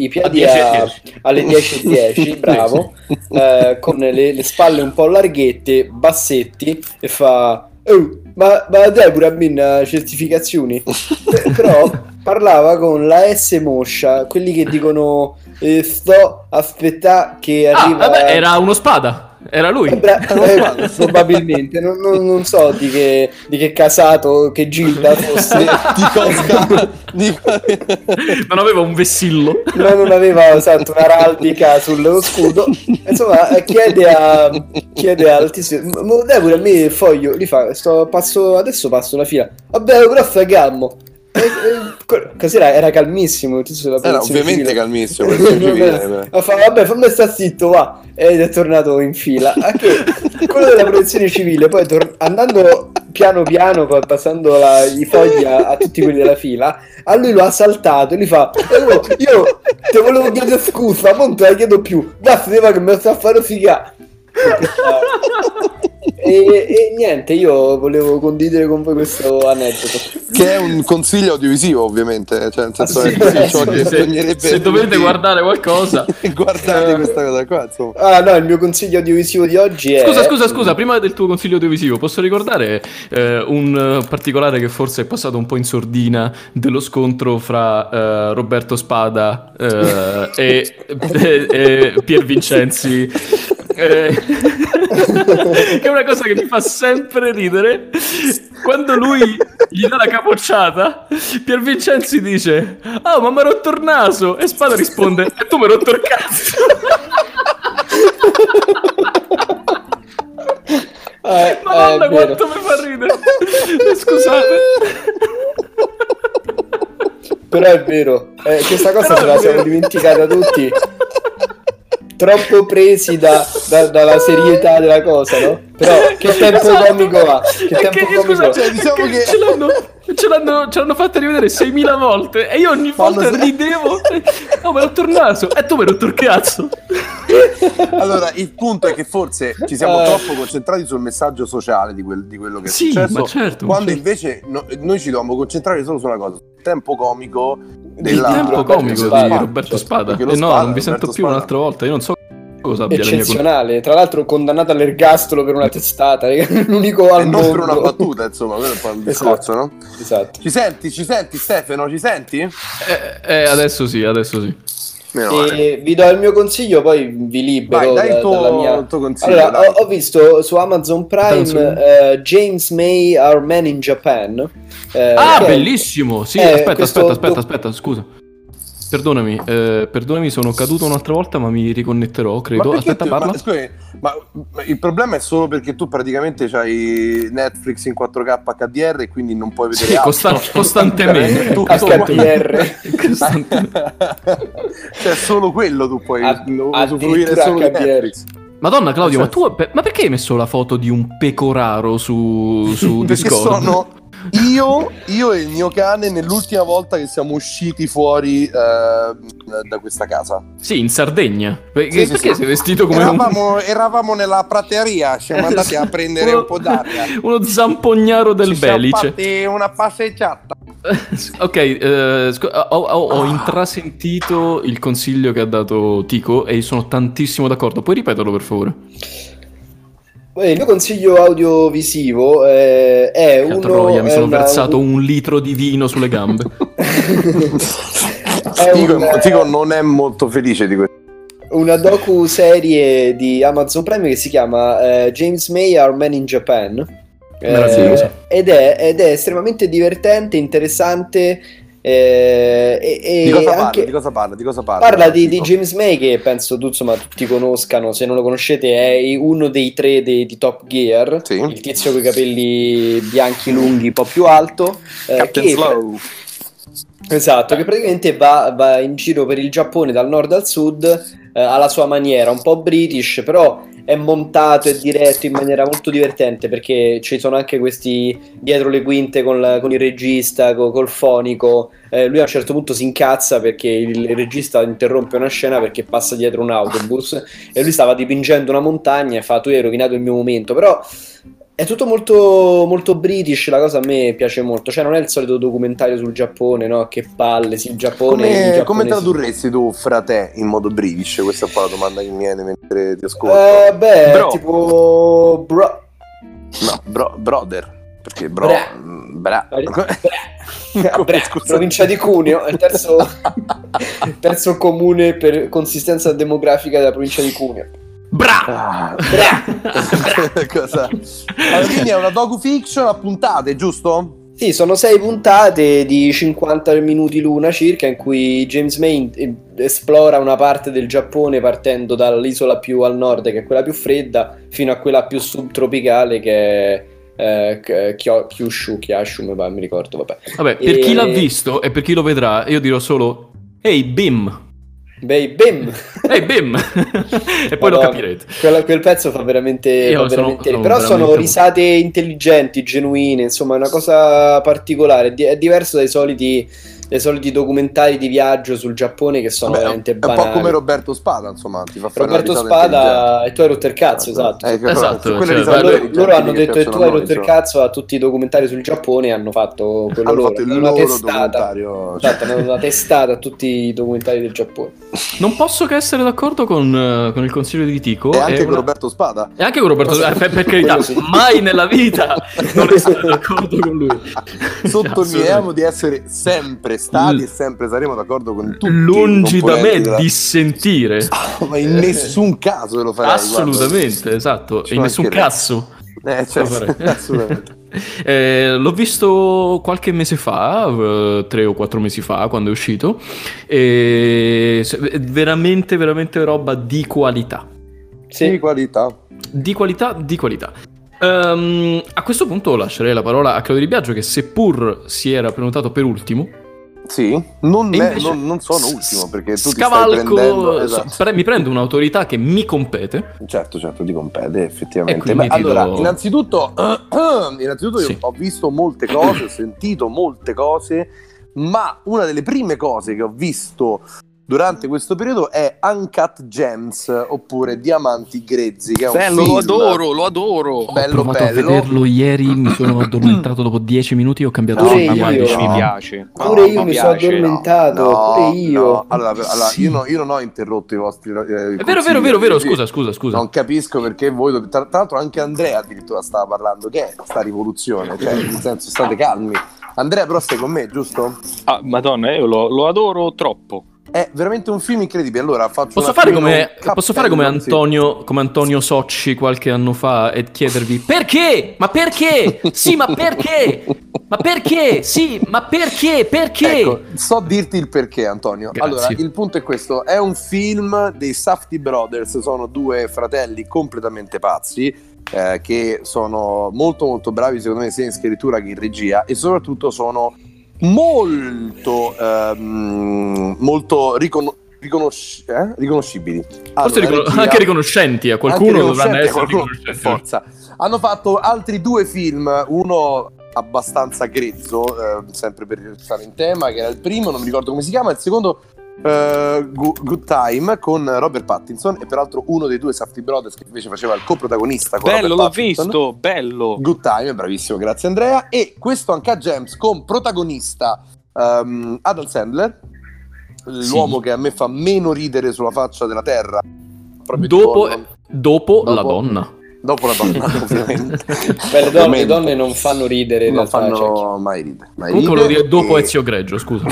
[SPEAKER 3] i piedi a, alle 10.10, bravo, eh, con le, le spalle un po' larghette, bassetti, e fa... "Oh, ma, ma dai pure a me una certificazioni. P- Però parlava con la S moscia, quelli che dicono eh, sto aspettà che
[SPEAKER 1] Ah,
[SPEAKER 3] arriva...
[SPEAKER 1] vabbè, era uno spada. Era lui.
[SPEAKER 3] Eh, bra- eh, probabilmente, non, non- non so di che, di che casato, che gilda fosse,
[SPEAKER 2] Tico Sca-
[SPEAKER 1] non aveva un vessillo.
[SPEAKER 3] ma non aveva esatto, un'araldica sullo scudo. Insomma, eh, chiede, a, chiede all'altissimo, "Ma dai pure a me foglio, li fa, sto, passo, adesso passo la fila. Vabbè, però fai calmo. E- e- que- Casera era calmissimo, il tizio della
[SPEAKER 2] Era
[SPEAKER 3] polizia in
[SPEAKER 2] ovviamente
[SPEAKER 3] fila.
[SPEAKER 2] calmissimo. per il civile, eh.
[SPEAKER 3] Ma fa, vabbè, fammi sta zitto, va. Ed è tornato in fila. A che quello della protezione civile, poi tor- andando piano piano, pa- passando la- i fogli a, a tutti quelli della fila, a lui lo ha saltato e gli fa: "Eh, oh, Io ti volevo chiedere scusa, ma non te la chiedo più. Daffne, va che mi sta a fare figa. E, e niente, io volevo condividere con voi questo aneddoto.
[SPEAKER 2] Che è un consiglio audiovisivo, ovviamente. Cioè, nel
[SPEAKER 1] Ah,
[SPEAKER 2] senso,
[SPEAKER 3] sì,
[SPEAKER 2] è
[SPEAKER 3] sì,
[SPEAKER 2] ciò
[SPEAKER 3] sì,
[SPEAKER 1] se-
[SPEAKER 2] che bisognerebbe
[SPEAKER 1] se dovete
[SPEAKER 2] tutti-
[SPEAKER 1] guardare qualcosa.
[SPEAKER 2] guardate questa cosa qua, insomma.
[SPEAKER 3] Ah, no, il mio consiglio audiovisivo di oggi è.
[SPEAKER 1] Scusa, scusa, scusa, prima del tuo consiglio audiovisivo, posso ricordare eh, un eh, particolare che forse è passato un po' in sordina dello scontro fra eh, Roberto Spada eh, e, e- e Pier Vincenzi? eh, che è una cosa che mi fa sempre ridere quando lui gli dà la capocciata Pier Vincenzi dice ah ma mi ha rotto il naso e Spada risponde e tu mi hai rotto il cazzo
[SPEAKER 3] Eh, eh,
[SPEAKER 1] Madonna,
[SPEAKER 3] è vero.
[SPEAKER 1] quanto mi fa ridere. Eh, Scusate.
[SPEAKER 3] Però è vero, eh, questa cosa
[SPEAKER 1] Però
[SPEAKER 3] ce
[SPEAKER 1] è
[SPEAKER 3] la siamo
[SPEAKER 1] vero.
[SPEAKER 3] dimenticata tutti. Troppo presi da- da- dalla serietà della cosa, no? Però che tempo
[SPEAKER 1] Esatto.
[SPEAKER 3] comico ha! Che
[SPEAKER 1] È
[SPEAKER 3] tempo comico
[SPEAKER 1] scusa,
[SPEAKER 3] ha!
[SPEAKER 1] cioè,
[SPEAKER 2] Diciamo
[SPEAKER 1] che
[SPEAKER 2] che-
[SPEAKER 1] ce l'hanno... Ce l'hanno, ce l'hanno fatta rivedere 6.000 volte e io ogni
[SPEAKER 2] Fanno
[SPEAKER 1] volta
[SPEAKER 2] se-
[SPEAKER 1] ridevo. Oh, me l'ho tornato. E tu me l'ho torcazzo.
[SPEAKER 2] Allora, il punto è che forse ci siamo
[SPEAKER 3] Eh.
[SPEAKER 2] troppo concentrati sul messaggio sociale di, quel- di quello che è
[SPEAKER 1] Sì,
[SPEAKER 2] successo.
[SPEAKER 1] ma certo, ma
[SPEAKER 2] quando
[SPEAKER 1] certo.
[SPEAKER 2] invece no- noi ci dobbiamo concentrare solo sulla cosa, sul tempo comico
[SPEAKER 1] Il
[SPEAKER 2] della
[SPEAKER 1] tempo
[SPEAKER 3] Roberto
[SPEAKER 1] comico
[SPEAKER 3] Spada,
[SPEAKER 1] di Roberto
[SPEAKER 3] certo,
[SPEAKER 1] Spada.
[SPEAKER 2] perché
[SPEAKER 1] E
[SPEAKER 2] lo
[SPEAKER 1] no,
[SPEAKER 2] Spada,
[SPEAKER 1] non vi sento
[SPEAKER 2] Roberto
[SPEAKER 1] più
[SPEAKER 2] Spada.
[SPEAKER 1] un'altra volta. Io non so cosa abbia la mia colpa.
[SPEAKER 3] Eccezionale, tra l'altro condannato all'ergastolo per una testata, raga, l'unico al
[SPEAKER 2] E non
[SPEAKER 3] mondo.
[SPEAKER 2] per una battuta, insomma, quello è un po' il
[SPEAKER 3] Esatto.
[SPEAKER 2] discorso, no?
[SPEAKER 3] Esatto.
[SPEAKER 2] Ci senti, ci senti Stefano, ci senti?
[SPEAKER 1] Eh, eh, adesso sì, adesso sì.
[SPEAKER 2] Meno male.
[SPEAKER 3] E vi do il mio consiglio, poi vi libero
[SPEAKER 2] Vai, dai
[SPEAKER 3] da-
[SPEAKER 2] il tuo,
[SPEAKER 3] dalla mia...
[SPEAKER 2] il tuo consiglio.
[SPEAKER 3] Allora,
[SPEAKER 2] dai.
[SPEAKER 3] ho, ho visto su Amazon Prime
[SPEAKER 1] Danzo.
[SPEAKER 3] eh, James May, Our Man in Japan. eh,
[SPEAKER 1] Ah,
[SPEAKER 3] che è-
[SPEAKER 1] bellissimo! Sì,
[SPEAKER 3] eh,
[SPEAKER 1] aspetta,
[SPEAKER 3] questo
[SPEAKER 1] aspetta, aspetta,
[SPEAKER 3] doc-
[SPEAKER 1] aspetta, scusa. Perdonami, eh, perdonami, sono caduto un'altra volta, ma mi riconnetterò, credo.
[SPEAKER 2] perché
[SPEAKER 1] Aspetta,
[SPEAKER 2] tu-
[SPEAKER 1] parla.
[SPEAKER 2] Ma, scusami, ma- ma il problema è solo perché tu praticamente hai Netflix in 4K HDR e quindi non puoi vedere
[SPEAKER 1] Sì,
[SPEAKER 2] altro. Cioè,
[SPEAKER 1] costa- costantemente.
[SPEAKER 2] Tu-
[SPEAKER 3] HDR.
[SPEAKER 1] Costante-
[SPEAKER 2] cioè solo quello tu puoi
[SPEAKER 3] Ad-
[SPEAKER 2] usufruire
[SPEAKER 3] addirittura
[SPEAKER 2] solo di
[SPEAKER 3] HDR.
[SPEAKER 2] Netflix.
[SPEAKER 1] Madonna, Claudio, ma
[SPEAKER 2] Nel senso-
[SPEAKER 1] tu. per- Ma perché hai messo la foto di un pecoraro su, su
[SPEAKER 2] Perché
[SPEAKER 1] Discord?
[SPEAKER 2] sono io, io e il mio cane nell'ultima volta che siamo usciti fuori eh, da questa casa.
[SPEAKER 1] Sì, in Sardegna. Perché,
[SPEAKER 2] Sì, sì,
[SPEAKER 1] perché
[SPEAKER 2] sì.
[SPEAKER 1] sei vestito come un.
[SPEAKER 2] Eravamo, eravamo nella prateria, siamo andati a prendere un po' d'aria.
[SPEAKER 1] Uno zampognaro del
[SPEAKER 2] Ci siamo
[SPEAKER 1] Belice.
[SPEAKER 2] fatti una passeggiata.
[SPEAKER 1] Ok, eh, scu- ho, ho- ho intrasentito il consiglio che ha dato Tico e sono tantissimo d'accordo. Puoi ripeterlo per favore?
[SPEAKER 3] Eh, il mio consiglio audiovisivo eh, è
[SPEAKER 1] Che
[SPEAKER 3] uno...
[SPEAKER 1] troia, mi
[SPEAKER 3] è
[SPEAKER 1] sono
[SPEAKER 3] una-
[SPEAKER 1] versato un litro di vino sulle gambe.
[SPEAKER 3] È un- eh,
[SPEAKER 2] Tico, Tico non è molto felice di questo.
[SPEAKER 3] un, una docu-serie di Amazon Prime che si chiama eh, James May Our Man in Japan. Eh,
[SPEAKER 1] Meraviglioso.
[SPEAKER 3] ed, è, ed è estremamente divertente, interessante. eh, e, e
[SPEAKER 2] Di cosa, parla,
[SPEAKER 3] anche-
[SPEAKER 2] di cosa parla? Di cosa parla?
[SPEAKER 3] Parla di, di
[SPEAKER 2] Dico.
[SPEAKER 3] James May che penso tu, insomma, tutti conoscano, se non lo conoscete è uno dei tre dei- di Top Gear,
[SPEAKER 2] Sì.
[SPEAKER 3] il tizio con i capelli bianchi lunghi un po' più alto, eh,
[SPEAKER 2] Captain
[SPEAKER 3] che-
[SPEAKER 2] Slow.
[SPEAKER 3] esatto, che praticamente va, va in giro per il Giappone dal nord al sud eh, alla sua maniera, un po' british, però è montato e diretto in maniera molto divertente perché ci sono anche questi dietro le quinte con, la- con il regista, co- col fonico. Eh, lui a un certo punto si incazza perché il regista interrompe una scena perché passa dietro un autobus e lui stava dipingendo una montagna e fa tu hai rovinato il mio momento, però è tutto molto, molto british, la cosa a me piace molto, cioè non è il solito documentario sul Giappone, no? Che palle, sì, il
[SPEAKER 2] Come,
[SPEAKER 3] Giappone... i
[SPEAKER 2] Eh, come
[SPEAKER 3] giapponesi-
[SPEAKER 2] tradurresti tu frate in modo british? Questa è poi la domanda che mi viene mentre ti ascolto.
[SPEAKER 3] Eh, beh,
[SPEAKER 4] Bro.
[SPEAKER 3] tipo... Bro...
[SPEAKER 2] No, bro- brother. Perché bro. mm,
[SPEAKER 3] Bra.
[SPEAKER 2] Bra.
[SPEAKER 3] Bra-
[SPEAKER 2] Come-
[SPEAKER 3] Bra-
[SPEAKER 2] scusa.
[SPEAKER 3] provincia di Cuneo, è il terzo, il terzo comune per consistenza demografica della provincia di Cuneo.
[SPEAKER 1] Bra!
[SPEAKER 2] Ah.
[SPEAKER 1] Bra!
[SPEAKER 2] Cosa? Allora, quindi è una docu-fiction a puntate, giusto?
[SPEAKER 3] Sì, sono sei puntate di 50 minuti l'una circa in cui James May eh, esplora una parte del Giappone partendo dall'isola più al nord, che è quella più fredda, fino a quella più subtropicale che è eh, K- Kyo- Kyushu, Kyashu, mi pare, mi ricordo, vabbè.
[SPEAKER 1] Vabbè, per chi
[SPEAKER 3] E-
[SPEAKER 1] l'ha visto e per chi lo vedrà, io dirò solo Ehi Bim!
[SPEAKER 3] Beh, bim!
[SPEAKER 1] Ehi Bim! e poi lo
[SPEAKER 3] Madonna.
[SPEAKER 1] capirete.
[SPEAKER 3] Quella- quel pezzo fa veramente,
[SPEAKER 1] Io sono-
[SPEAKER 3] fa veramente-
[SPEAKER 1] sono
[SPEAKER 3] però sono
[SPEAKER 1] veramente-
[SPEAKER 3] risate intelligenti, genuine, insomma è una cosa particolare, di- è diverso dai soliti, dai soliti documentari di viaggio sul Giappone che sono
[SPEAKER 2] Vabbè, è un
[SPEAKER 3] veramente
[SPEAKER 2] è un
[SPEAKER 3] banali.
[SPEAKER 2] po' come Roberto Spada, insomma, ti fa fare
[SPEAKER 3] Roberto
[SPEAKER 2] una risata
[SPEAKER 3] Spada e tu hai rotto il cazzo,
[SPEAKER 2] intelligente.
[SPEAKER 3] esatto.
[SPEAKER 2] Eh, che-
[SPEAKER 1] Esatto, cioè,
[SPEAKER 2] quelle risate
[SPEAKER 1] Esatto,
[SPEAKER 3] Loro,
[SPEAKER 2] intelligenti
[SPEAKER 3] loro hanno
[SPEAKER 2] che
[SPEAKER 3] detto e tu
[SPEAKER 2] piacciono
[SPEAKER 3] hai
[SPEAKER 2] a noi,
[SPEAKER 3] rotto il
[SPEAKER 2] insomma.
[SPEAKER 3] cazzo a tutti i documentari sul Giappone e hanno fatto quello
[SPEAKER 2] Hanno
[SPEAKER 3] loro,
[SPEAKER 2] fatto il
[SPEAKER 3] hanno una
[SPEAKER 2] loro
[SPEAKER 3] testata.
[SPEAKER 2] documentario. cioè,
[SPEAKER 3] Esatto, hanno una testata a tutti i documentari del Giappone.
[SPEAKER 1] Non posso che essere d'accordo con, eh, con il consiglio di Tico.
[SPEAKER 2] e anche
[SPEAKER 1] È
[SPEAKER 2] con
[SPEAKER 1] una-
[SPEAKER 2] Roberto Spada.
[SPEAKER 1] E anche con Roberto, eh, per, per carità,
[SPEAKER 3] Quello sì.
[SPEAKER 1] mai nella vita non essere d'accordo con lui.
[SPEAKER 2] Sottolineiamo
[SPEAKER 1] Assolutamente.
[SPEAKER 2] di essere sempre stati
[SPEAKER 1] L-
[SPEAKER 2] e sempre saremo d'accordo con tutti. i
[SPEAKER 1] Lungi da me
[SPEAKER 2] componenti della- Ah,
[SPEAKER 1] dissentire.
[SPEAKER 2] Ma in nessun caso lo farei.
[SPEAKER 1] Eh. Assolutamente,
[SPEAKER 2] guarda.
[SPEAKER 1] esatto.
[SPEAKER 2] Ci
[SPEAKER 1] E in nessun
[SPEAKER 2] mancherebbe.
[SPEAKER 1] cazzo.
[SPEAKER 2] Eh, cioè,
[SPEAKER 1] lo farei.
[SPEAKER 2] assolutamente.
[SPEAKER 1] Eh, l'ho visto qualche mese fa, eh, tre o quattro mesi fa, quando è uscito. E se- è veramente, veramente roba di qualità.
[SPEAKER 3] Sì.
[SPEAKER 2] Di qualità.
[SPEAKER 1] Di qualità, di qualità. Ehm, a questo punto lascerei la parola a Claudio Di Biagio, che seppur si era prenotato per ultimo,
[SPEAKER 2] Sì, non,
[SPEAKER 1] E
[SPEAKER 2] me-
[SPEAKER 1] invece-
[SPEAKER 2] non- non sono ultimo perché tu ti stai
[SPEAKER 1] scavalco,
[SPEAKER 2] prendendo. Esatto.
[SPEAKER 1] so- pre- mi prendo un'autorità che mi compete.
[SPEAKER 2] Certo, certo, ti compete
[SPEAKER 1] E
[SPEAKER 2] effettivamente.
[SPEAKER 1] quindi
[SPEAKER 2] Beh,
[SPEAKER 1] ti do-
[SPEAKER 2] allora, innanzitutto, innanzitutto io
[SPEAKER 1] Sì.
[SPEAKER 2] ho visto molte cose, ho sentito molte cose, ma una delle prime cose che ho visto durante questo periodo è Uncut Gems, oppure Diamanti Grezzi, che è un
[SPEAKER 4] Bello,
[SPEAKER 2] film
[SPEAKER 4] lo adoro, lo adoro.
[SPEAKER 1] Ho
[SPEAKER 2] bello
[SPEAKER 1] provato a
[SPEAKER 2] bello.
[SPEAKER 1] vederlo ieri, mi sono addormentato dopo 10 minuti ho cambiato
[SPEAKER 3] Pure
[SPEAKER 1] film a
[SPEAKER 3] io.
[SPEAKER 1] 10
[SPEAKER 4] mi
[SPEAKER 2] no.
[SPEAKER 1] minuti.
[SPEAKER 4] piace.
[SPEAKER 3] Pure
[SPEAKER 4] No,
[SPEAKER 3] io mi sono
[SPEAKER 4] piace.
[SPEAKER 3] addormentato, pure io.
[SPEAKER 2] no. Allora, allora,
[SPEAKER 1] Sì.
[SPEAKER 2] io, no- io non ho interrotto i vostri. eh,
[SPEAKER 1] È vero,
[SPEAKER 2] consigli,
[SPEAKER 1] vero, vero, vero,
[SPEAKER 2] quindi-
[SPEAKER 1] scusa, scusa, scusa.
[SPEAKER 2] Non capisco perché voi. dov- Tra, tra l'altro, anche Andrea addirittura stava parlando. Che è sta rivoluzione? Cioè, nel senso, state calmi. Andrea, però, stai con me, giusto?
[SPEAKER 4] Ah, Madonna, io lo, lo adoro troppo.
[SPEAKER 2] È veramente un film incredibile. Allora, faccio
[SPEAKER 1] Posso
[SPEAKER 2] un
[SPEAKER 1] fare,
[SPEAKER 2] attimino
[SPEAKER 1] come,
[SPEAKER 2] un
[SPEAKER 1] posso fare come
[SPEAKER 2] cappello, sì.
[SPEAKER 1] Antonio, come Antonio Socci qualche anno fa e chiedervi perché? Ma perché? Sì, ma perché? Ma perché? Sì, ma perché? Perché?
[SPEAKER 2] Ecco, so dirti il perché, Antonio.
[SPEAKER 1] Grazie.
[SPEAKER 2] Allora, il punto è questo: è un film dei Safety Brothers, sono due fratelli completamente pazzi. eh, che sono molto molto bravi secondo me sia in scrittura che in regia e soprattutto sono molto ehm, molto ricon- riconosci- eh? riconoscibili
[SPEAKER 1] Forse
[SPEAKER 2] Hanno una
[SPEAKER 1] ricon-
[SPEAKER 2] regia-
[SPEAKER 1] anche riconoscenti, a qualcuno
[SPEAKER 2] anche
[SPEAKER 1] dovranno
[SPEAKER 2] riconoscenti,
[SPEAKER 1] essere
[SPEAKER 2] qualcuno- per
[SPEAKER 1] riconoscenti.
[SPEAKER 2] forza hanno fatto altri due film, uno abbastanza grezzo, eh, sempre per restare in tema, che era il primo, non mi ricordo come si chiama, il secondo eh, Gu- Good Time con Robert Pattinson e peraltro uno dei due Safety Brothers che invece faceva il coprotagonista con
[SPEAKER 4] Bello,
[SPEAKER 2] Robert
[SPEAKER 4] l'ho
[SPEAKER 2] Pattinson.
[SPEAKER 4] visto, bello.
[SPEAKER 2] Good Time, bravissimo, grazie Andrea. E questo anche James con protagonista ehm, Adam Sandler, l'uomo che a me fa meno ridere sulla faccia della terra. proprio
[SPEAKER 1] Dopo,
[SPEAKER 2] intorno-
[SPEAKER 1] dopo la
[SPEAKER 2] Dopo-
[SPEAKER 1] donna.
[SPEAKER 2] dopo la donna, ovviamente.
[SPEAKER 3] Beh, le donne, le
[SPEAKER 2] Ovviamente.
[SPEAKER 3] donne non fanno ridere in
[SPEAKER 2] non
[SPEAKER 3] realtà,
[SPEAKER 2] fanno
[SPEAKER 3] cioè,
[SPEAKER 2] mai ridere. mai
[SPEAKER 1] Comunque volevo
[SPEAKER 2] ridere
[SPEAKER 1] dire dopo
[SPEAKER 2] e-
[SPEAKER 1] Ezio Greggio, scusa.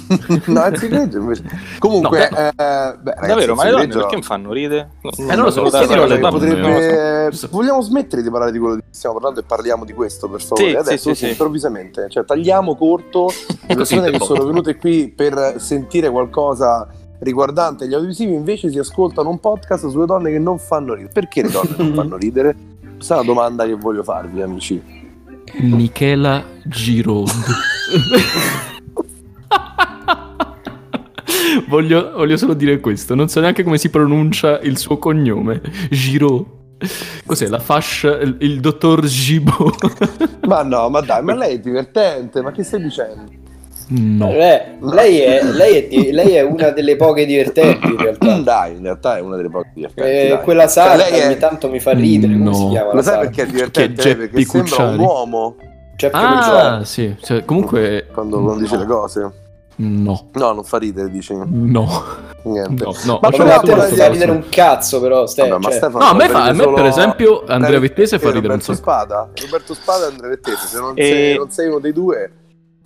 [SPEAKER 2] no, Ezio Greggio invece. Comunque, eh, beh, ragazzi,
[SPEAKER 4] Davvero, ma le
[SPEAKER 2] Ezio
[SPEAKER 4] donne
[SPEAKER 2] Greggio-
[SPEAKER 4] perché mi fanno ridere?
[SPEAKER 1] Eh, non lo so,
[SPEAKER 2] Questa
[SPEAKER 1] perché
[SPEAKER 2] è una
[SPEAKER 1] non le
[SPEAKER 2] cosa che
[SPEAKER 1] donne?
[SPEAKER 2] potrebbe-
[SPEAKER 1] Non lo so.
[SPEAKER 2] Vogliamo smettere di parlare di quello di cui stiamo parlando e parliamo di questo, per favore.
[SPEAKER 4] Sì,
[SPEAKER 2] Adesso,
[SPEAKER 4] sì, sì, sì.
[SPEAKER 2] improvvisamente, cioè, tagliamo corto le persone che
[SPEAKER 1] botta.
[SPEAKER 2] sono venute qui per sentire qualcosa riguardante gli audiovisivi, invece si ascoltano un podcast sulle donne che non fanno ridere. Perché le donne non fanno ridere? Questa è una domanda che voglio farvi, amici.
[SPEAKER 1] Michela Giroud. voglio, voglio solo dire questo, non so neanche come si pronuncia il suo cognome. Giroud. Cos'è la fascia? Il, il dottor Gibaud?
[SPEAKER 2] Ma no, ma dai, ma lei è divertente, ma che stai dicendo?
[SPEAKER 1] no.
[SPEAKER 3] eh, lei, è, lei è di- lei è una delle poche divertenti in
[SPEAKER 1] Mm.
[SPEAKER 3] realtà.
[SPEAKER 2] Dai, in realtà è una delle poche divertenti.
[SPEAKER 3] Eh,
[SPEAKER 2] dai.
[SPEAKER 3] quella
[SPEAKER 2] Cioè,
[SPEAKER 3] sarda
[SPEAKER 2] lei è-
[SPEAKER 3] ogni tanto mi fa ridere, come
[SPEAKER 1] No.
[SPEAKER 3] si chiama?
[SPEAKER 2] Lo
[SPEAKER 3] la
[SPEAKER 2] sai
[SPEAKER 3] sarda?
[SPEAKER 2] perché è divertente?
[SPEAKER 1] Che è
[SPEAKER 2] perché
[SPEAKER 1] Geppi
[SPEAKER 2] sembra un
[SPEAKER 1] Cucciari.
[SPEAKER 2] uomo
[SPEAKER 3] Cioè,
[SPEAKER 1] Ah, sì. cioè, comunque...
[SPEAKER 2] quando, quando dice le cose.
[SPEAKER 1] No.
[SPEAKER 2] No, non fa ridere, dici
[SPEAKER 1] No.
[SPEAKER 2] niente.
[SPEAKER 1] No, no.
[SPEAKER 2] Ma
[SPEAKER 1] ho
[SPEAKER 3] Ma
[SPEAKER 1] trovato
[SPEAKER 2] però
[SPEAKER 3] non
[SPEAKER 2] guarda,
[SPEAKER 1] questo
[SPEAKER 3] ti
[SPEAKER 2] guarda,
[SPEAKER 3] fa
[SPEAKER 1] caso.
[SPEAKER 3] ridere un cazzo, però. Ste,
[SPEAKER 2] Vabbè, ma
[SPEAKER 3] cioè,
[SPEAKER 2] Stefano
[SPEAKER 1] No, a
[SPEAKER 2] fa
[SPEAKER 1] me, fa- a
[SPEAKER 2] ridere
[SPEAKER 1] me
[SPEAKER 2] solo-
[SPEAKER 1] per esempio Andrea
[SPEAKER 2] Eh,
[SPEAKER 1] Vettese fa
[SPEAKER 2] eh,
[SPEAKER 1] ridere un
[SPEAKER 2] Roberto
[SPEAKER 1] sacco.
[SPEAKER 2] Spada, Roberto Spada e Andrea Vettese, se non,
[SPEAKER 4] E-
[SPEAKER 2] sei, non sei uno dei due.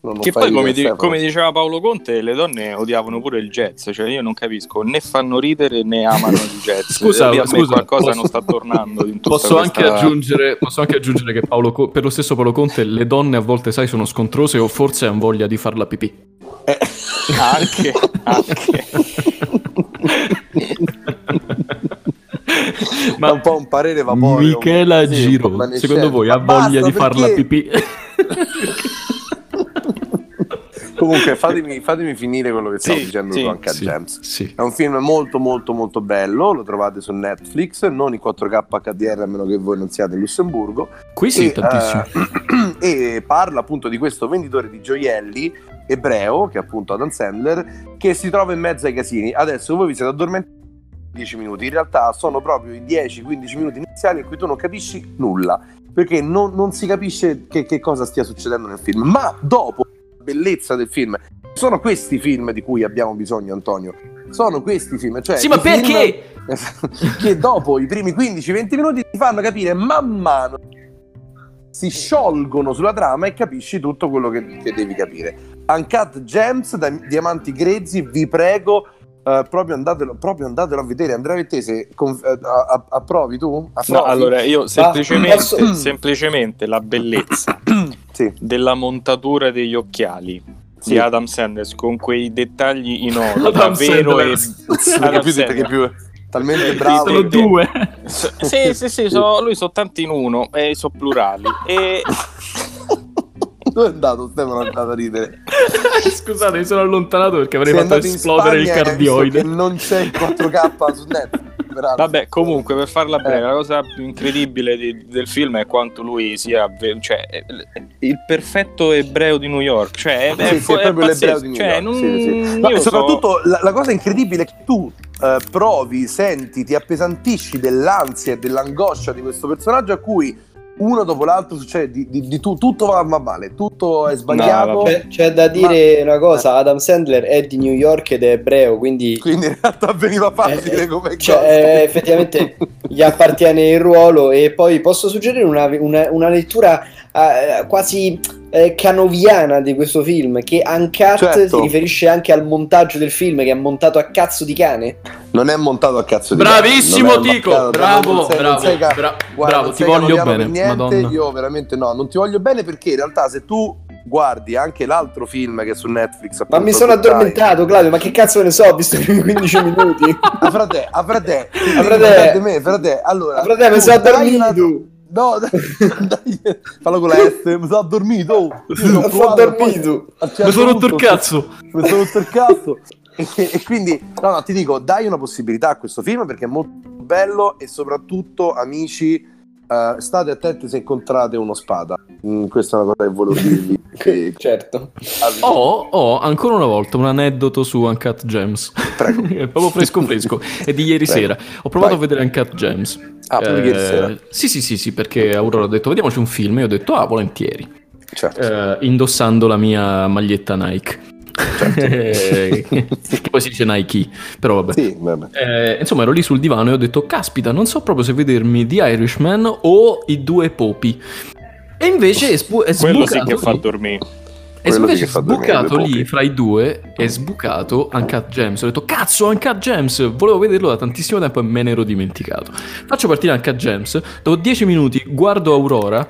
[SPEAKER 2] non- non
[SPEAKER 4] Che
[SPEAKER 2] fai
[SPEAKER 4] poi, come,
[SPEAKER 2] ridere,
[SPEAKER 4] di-
[SPEAKER 2] Stefano.
[SPEAKER 4] come diceva Paolo Conte, le donne odiavano pure il jazz. Cioè, io non capisco, né fanno ridere né amano il jazz.
[SPEAKER 1] Scusa,
[SPEAKER 4] Lì a me
[SPEAKER 1] scusa,
[SPEAKER 4] qualcosa
[SPEAKER 1] posso-
[SPEAKER 4] non sta tornando. in tutta
[SPEAKER 1] Posso anche,
[SPEAKER 4] questa-
[SPEAKER 1] aggiungere, posso anche aggiungere che Paolo Co- per lo stesso Paolo Conte le donne a volte, sai, sono scontrose o forse hanno voglia di far la pipì.
[SPEAKER 2] Eh,
[SPEAKER 4] Anche,
[SPEAKER 2] Ah,
[SPEAKER 4] anche.
[SPEAKER 2] Ma un po' un parere vaporeo.
[SPEAKER 1] Michela
[SPEAKER 2] Sì,
[SPEAKER 1] Giro,
[SPEAKER 2] un po' manescente.
[SPEAKER 1] secondo voi
[SPEAKER 2] Ma
[SPEAKER 1] ha voglia
[SPEAKER 2] basta,
[SPEAKER 1] di far la
[SPEAKER 2] perché?
[SPEAKER 1] pipì?
[SPEAKER 2] Comunque, fatemi, fatemi finire quello che stavo
[SPEAKER 4] Sì,
[SPEAKER 2] dicendo
[SPEAKER 4] sì,
[SPEAKER 2] anche a
[SPEAKER 1] sì,
[SPEAKER 2] James.
[SPEAKER 1] sì.
[SPEAKER 2] È un film molto molto molto bello, lo trovate su Netflix, non in 4K HDR a meno che voi non siate in Lussemburgo.
[SPEAKER 1] Qui sì,
[SPEAKER 2] e,
[SPEAKER 1] tantissimo.
[SPEAKER 2] eh, e parla appunto di questo venditore di gioielli ebreo, che è appunto Adam Sandler, che si trova in mezzo ai casini. Adesso voi vi siete addormentati 10 minuti, in realtà sono proprio i 10-15 minuti iniziali in cui tu non capisci nulla, perché non, non si capisce che, che cosa stia succedendo nel film. Ma dopo la bellezza del film, sono questi film di cui abbiamo bisogno, Antonio. Sono questi film, cioè
[SPEAKER 1] sì, ma
[SPEAKER 2] i film-
[SPEAKER 1] perché?
[SPEAKER 2] che dopo i primi 15-20 minuti ti fanno capire man mano si sciolgono sulla trama e capisci tutto quello che, che devi capire. Uncut Gems da Diamanti Grezzi, vi prego, eh, proprio, andatelo, proprio andatelo a vedere. Andrea Vettese, con- eh, a- a- approvi tu?
[SPEAKER 4] No,
[SPEAKER 2] Approvi?
[SPEAKER 4] allora io semplicemente,
[SPEAKER 1] Mm.
[SPEAKER 3] posso-
[SPEAKER 4] semplicemente la bellezza
[SPEAKER 2] Sì,
[SPEAKER 4] della montatura degli occhiali
[SPEAKER 2] Sì.
[SPEAKER 4] di Adam Sanders con quei dettagli in oro
[SPEAKER 1] Adam
[SPEAKER 4] davvero e-
[SPEAKER 1] Sanders.
[SPEAKER 2] perché
[SPEAKER 4] Adam
[SPEAKER 2] più, perché
[SPEAKER 4] Sandler.
[SPEAKER 2] più talmente
[SPEAKER 4] Eh,
[SPEAKER 2] bravo.
[SPEAKER 1] Sono
[SPEAKER 4] sì,
[SPEAKER 2] che-
[SPEAKER 1] due.
[SPEAKER 4] sì sì sì so- lui sono tanti in uno e sono plurali e
[SPEAKER 2] Dove è andato Stefano? È andato a ridere.
[SPEAKER 1] Scusate, mi sono allontanato perché avrei
[SPEAKER 2] Sei
[SPEAKER 1] fatto
[SPEAKER 2] andato in
[SPEAKER 1] esplodere il
[SPEAKER 2] Spagna e hai visto
[SPEAKER 1] cardioide.
[SPEAKER 2] che Non c'è il 4K su Netflix. peraltro.
[SPEAKER 4] Vabbè, comunque, per farla breve,
[SPEAKER 2] Eh.
[SPEAKER 4] la cosa più incredibile di- del film è quanto lui sia ve- cioè, eh, il perfetto ebreo di New York. Cioè, è,
[SPEAKER 2] Sì,
[SPEAKER 4] è,
[SPEAKER 2] sì, è
[SPEAKER 4] è
[SPEAKER 2] proprio
[SPEAKER 4] pazzesco,
[SPEAKER 2] l'ebreo di New
[SPEAKER 4] cioè,
[SPEAKER 2] York,
[SPEAKER 4] non-
[SPEAKER 2] sì, sì. No,
[SPEAKER 4] io
[SPEAKER 2] e
[SPEAKER 4] so-
[SPEAKER 2] soprattutto la, la cosa incredibile è che tu eh, provi, senti, ti appesantisci dell'ansia e dell'angoscia di questo personaggio a cui uno dopo l'altro succede di, di- di tu- tutto va va male, tutto è sbagliato.
[SPEAKER 4] No,
[SPEAKER 3] C'è, c'è da dire una cosa, Adam Sandler è di New York ed è ebreo, quindi
[SPEAKER 2] Quindi in realtà veniva facile
[SPEAKER 3] Eh,
[SPEAKER 2] come
[SPEAKER 3] cioè,
[SPEAKER 2] cosa.
[SPEAKER 3] eh, effettivamente gli appartiene il ruolo e poi posso suggerire una, una- una lettura eh, quasi eh, canoviana di questo film che Uncut
[SPEAKER 2] Certo.
[SPEAKER 3] si riferisce anche al montaggio del film che è montato a cazzo di cane.
[SPEAKER 2] Non è montato a cazzo di
[SPEAKER 1] Bravissimo
[SPEAKER 2] non è montato,
[SPEAKER 1] Tico,
[SPEAKER 2] non
[SPEAKER 1] bravo,
[SPEAKER 2] sei- non
[SPEAKER 1] bravo,
[SPEAKER 2] sei ca-
[SPEAKER 1] bra-
[SPEAKER 2] Guarda,
[SPEAKER 1] bravo,
[SPEAKER 2] non
[SPEAKER 1] ti
[SPEAKER 2] sei
[SPEAKER 1] voglio
[SPEAKER 2] capriano per
[SPEAKER 1] bene,
[SPEAKER 2] niente,
[SPEAKER 1] madonna.
[SPEAKER 2] Io veramente no, non ti voglio bene perché in realtà se tu guardi anche l'altro film che è su Netflix,
[SPEAKER 3] Ma
[SPEAKER 2] appunto,
[SPEAKER 3] mi sono
[SPEAKER 2] Totale,
[SPEAKER 3] addormentato Claudio, ma che cazzo ne so, ho visto i primi 15 minuti.
[SPEAKER 2] Ah, frate, ah, frate,
[SPEAKER 3] Ah, frate.
[SPEAKER 2] frate, me, frate, allora.
[SPEAKER 3] Ah, frate, mi
[SPEAKER 2] tu
[SPEAKER 3] sono
[SPEAKER 2] dai una-
[SPEAKER 3] addormito.
[SPEAKER 2] No, dai, dai, fallo con la S, mi sono addormito. oh. Io l'ho
[SPEAKER 3] Ho
[SPEAKER 2] provato,
[SPEAKER 3] dormito.
[SPEAKER 2] poi a un certo
[SPEAKER 1] Mi sono rotto il
[SPEAKER 2] punto-
[SPEAKER 1] cazzo.
[SPEAKER 2] mi sono rotto il cazzo. E, e quindi, no, no, ti dico, dai una possibilità a questo film perché è molto bello e soprattutto, amici, eh, state attenti se incontrate uno spada. Mm, questa è una cosa che volevo dirvi. che-
[SPEAKER 3] certo.
[SPEAKER 1] Ho, ho ancora una volta un aneddoto su Uncut Gems.
[SPEAKER 2] Prego.
[SPEAKER 1] È proprio fresco fresco. È di ieri
[SPEAKER 2] Prego.
[SPEAKER 1] sera. Ho provato
[SPEAKER 2] Vai.
[SPEAKER 1] a vedere Uncut Gems.
[SPEAKER 2] Ah, pure
[SPEAKER 1] Eh,
[SPEAKER 2] ieri sera.
[SPEAKER 1] Sì, sì, sì, sì, perché Aurora ha detto vediamoci un film. E io ho detto ah, volentieri.
[SPEAKER 2] Certo.
[SPEAKER 1] Eh, indossando la mia maglietta Nike. eh, che poi si dice Nike, però vabbè.
[SPEAKER 2] certo. Sì, vabbè.
[SPEAKER 1] Eh, insomma, ero lì sul divano e ho detto: Caspita, non so proprio se vedermi The Irishman o i due popi. E invece è, sbu- è
[SPEAKER 4] Quello sì
[SPEAKER 1] sbucato
[SPEAKER 4] che fa
[SPEAKER 1] lì-
[SPEAKER 4] dormire.
[SPEAKER 1] è
[SPEAKER 2] quello sì
[SPEAKER 1] invece
[SPEAKER 2] che fa dormire i due
[SPEAKER 1] sbucato lì
[SPEAKER 2] popi.
[SPEAKER 1] fra i due. È sbucato Uncut Gems. Ho detto: Cazzo, Uncut Gems! Volevo vederlo da tantissimo tempo e me ne ero dimenticato. Faccio partire Uncut Gems. Dopo dieci minuti guardo Aurora.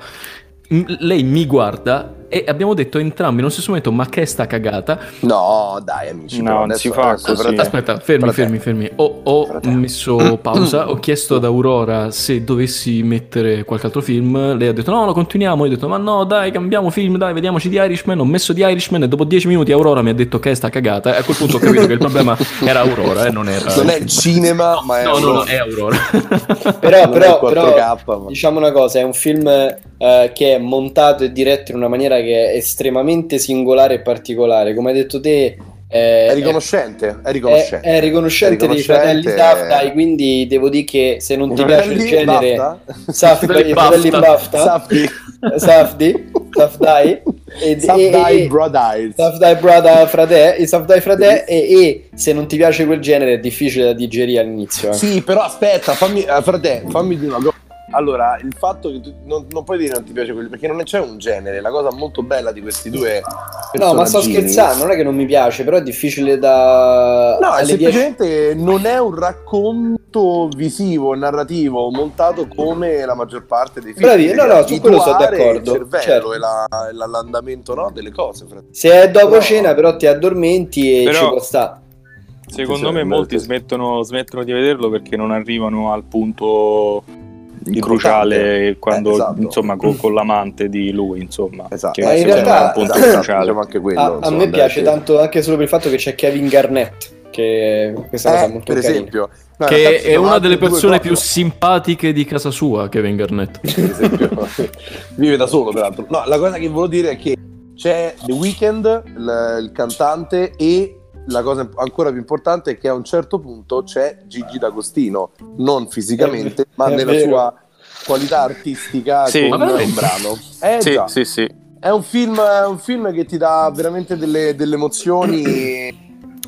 [SPEAKER 1] m- Lei mi guarda e abbiamo detto entrambi nello stesso momento: Ma che sta cagata?
[SPEAKER 2] No, dai, amici.
[SPEAKER 4] No,
[SPEAKER 2] però
[SPEAKER 4] non
[SPEAKER 2] adesso-
[SPEAKER 4] si fa
[SPEAKER 2] adesso-
[SPEAKER 4] così.
[SPEAKER 2] però-
[SPEAKER 1] Aspetta, fermi,
[SPEAKER 2] Frate-
[SPEAKER 1] fermi, fermi. Ho, ho
[SPEAKER 2] Frate-
[SPEAKER 1] messo pausa, ho chiesto ad Aurora se dovessi mettere qualche altro film. Lei ha detto no, no, continuiamo. Io ho detto ma no, dai, cambiamo film, dai, vediamoci di Irishman. Ho messo di Irishman e dopo dieci minuti Aurora mi ha detto che è sta cagata. E a quel punto ho capito che il problema era Aurora, eh, non era...
[SPEAKER 2] Non è Eh, il cinema, ma è
[SPEAKER 1] No, no,
[SPEAKER 2] uno-
[SPEAKER 1] no, è Aurora.
[SPEAKER 3] però,
[SPEAKER 2] non è
[SPEAKER 3] però,
[SPEAKER 2] 4K,
[SPEAKER 3] però,
[SPEAKER 2] ma-
[SPEAKER 3] diciamo una cosa: è un film eh, che è montato e diretto in una maniera che è estremamente singolare e particolare. Come hai detto te, eh,
[SPEAKER 2] è
[SPEAKER 3] è-
[SPEAKER 2] riconoscente, è
[SPEAKER 3] è,
[SPEAKER 2] riconoscente.
[SPEAKER 3] è riconoscente dei fratelli Safdai. Quindi devo dire che se non ti piace il genere, Safdai, i fratelli Bafta,
[SPEAKER 2] Safdi,
[SPEAKER 3] Safdi, Safdai, e- e-
[SPEAKER 2] Safdai
[SPEAKER 3] e-
[SPEAKER 2] Broad Eyes.
[SPEAKER 3] Safdai Brada Frate, i Safdai Frate e, e se non ti piace quel genere è difficile da digerire all'inizio. eh.
[SPEAKER 2] Sì, però aspetta, fammi, eh, frate, fammi dire una cosa. Allora, il fatto che tu non, non puoi dire che non ti piace quello, perché non c'è un genere. La cosa molto bella di questi due
[SPEAKER 3] No, ma sto
[SPEAKER 2] personaggini-
[SPEAKER 3] scherzando, non è che non mi piace, però è difficile da...
[SPEAKER 2] No, è
[SPEAKER 3] alle dieci-
[SPEAKER 2] semplicemente non è un racconto visivo, narrativo, montato come la maggior parte dei film.
[SPEAKER 3] Bravi, no, no, su
[SPEAKER 2] Devi
[SPEAKER 3] quello sono
[SPEAKER 2] abituare
[SPEAKER 3] d'accordo,
[SPEAKER 2] Il cervello
[SPEAKER 3] certo.
[SPEAKER 2] e, la- e l'andamento no, delle cose. frate.
[SPEAKER 3] Se è dopo
[SPEAKER 2] Però-
[SPEAKER 3] cena però ti addormenti e
[SPEAKER 4] Però-
[SPEAKER 3] ci può sta.
[SPEAKER 4] Secondo
[SPEAKER 2] Sì,
[SPEAKER 4] me
[SPEAKER 2] sì,
[SPEAKER 4] molti
[SPEAKER 2] sì.
[SPEAKER 4] smettono, smettono di vederlo perché non arrivano al punto cruciale quando
[SPEAKER 2] Eh, esatto.
[SPEAKER 4] insomma con, con l'amante di lui insomma
[SPEAKER 2] Esatto.
[SPEAKER 4] che
[SPEAKER 3] Ma Eh, in
[SPEAKER 4] sembra
[SPEAKER 3] realtà-
[SPEAKER 4] un punto
[SPEAKER 2] esatto,
[SPEAKER 4] cruciale
[SPEAKER 2] diciamo anche quello,
[SPEAKER 3] A, a
[SPEAKER 2] insomma,
[SPEAKER 3] me piace
[SPEAKER 2] perché-
[SPEAKER 3] tanto anche solo per il fatto che c'è Kevin Garnett, che è- questa cosa è
[SPEAKER 2] Eh,
[SPEAKER 3] molto
[SPEAKER 2] per
[SPEAKER 3] carina.
[SPEAKER 2] esempio, No, in
[SPEAKER 1] che
[SPEAKER 2] realtà ci
[SPEAKER 1] è
[SPEAKER 2] sono
[SPEAKER 1] una
[SPEAKER 2] altre
[SPEAKER 1] delle
[SPEAKER 2] due
[SPEAKER 1] persone
[SPEAKER 2] cose.
[SPEAKER 1] più simpatiche di casa sua, Kevin Garnett.
[SPEAKER 2] per esempio. vive da solo peraltro no la cosa che volevo dire è che c'è The Weeknd il, il cantante e la cosa ancora più importante è che a un certo punto c'è Gigi D'Agostino non fisicamente
[SPEAKER 3] È-
[SPEAKER 2] ma
[SPEAKER 3] è
[SPEAKER 2] nella
[SPEAKER 3] vero.
[SPEAKER 2] sua qualità artistica
[SPEAKER 4] Sì.
[SPEAKER 2] con
[SPEAKER 1] Ma veramente?
[SPEAKER 2] un brano eh
[SPEAKER 4] sì,
[SPEAKER 2] già
[SPEAKER 4] sì sì
[SPEAKER 2] è un film è un film che ti dà veramente delle, delle emozioni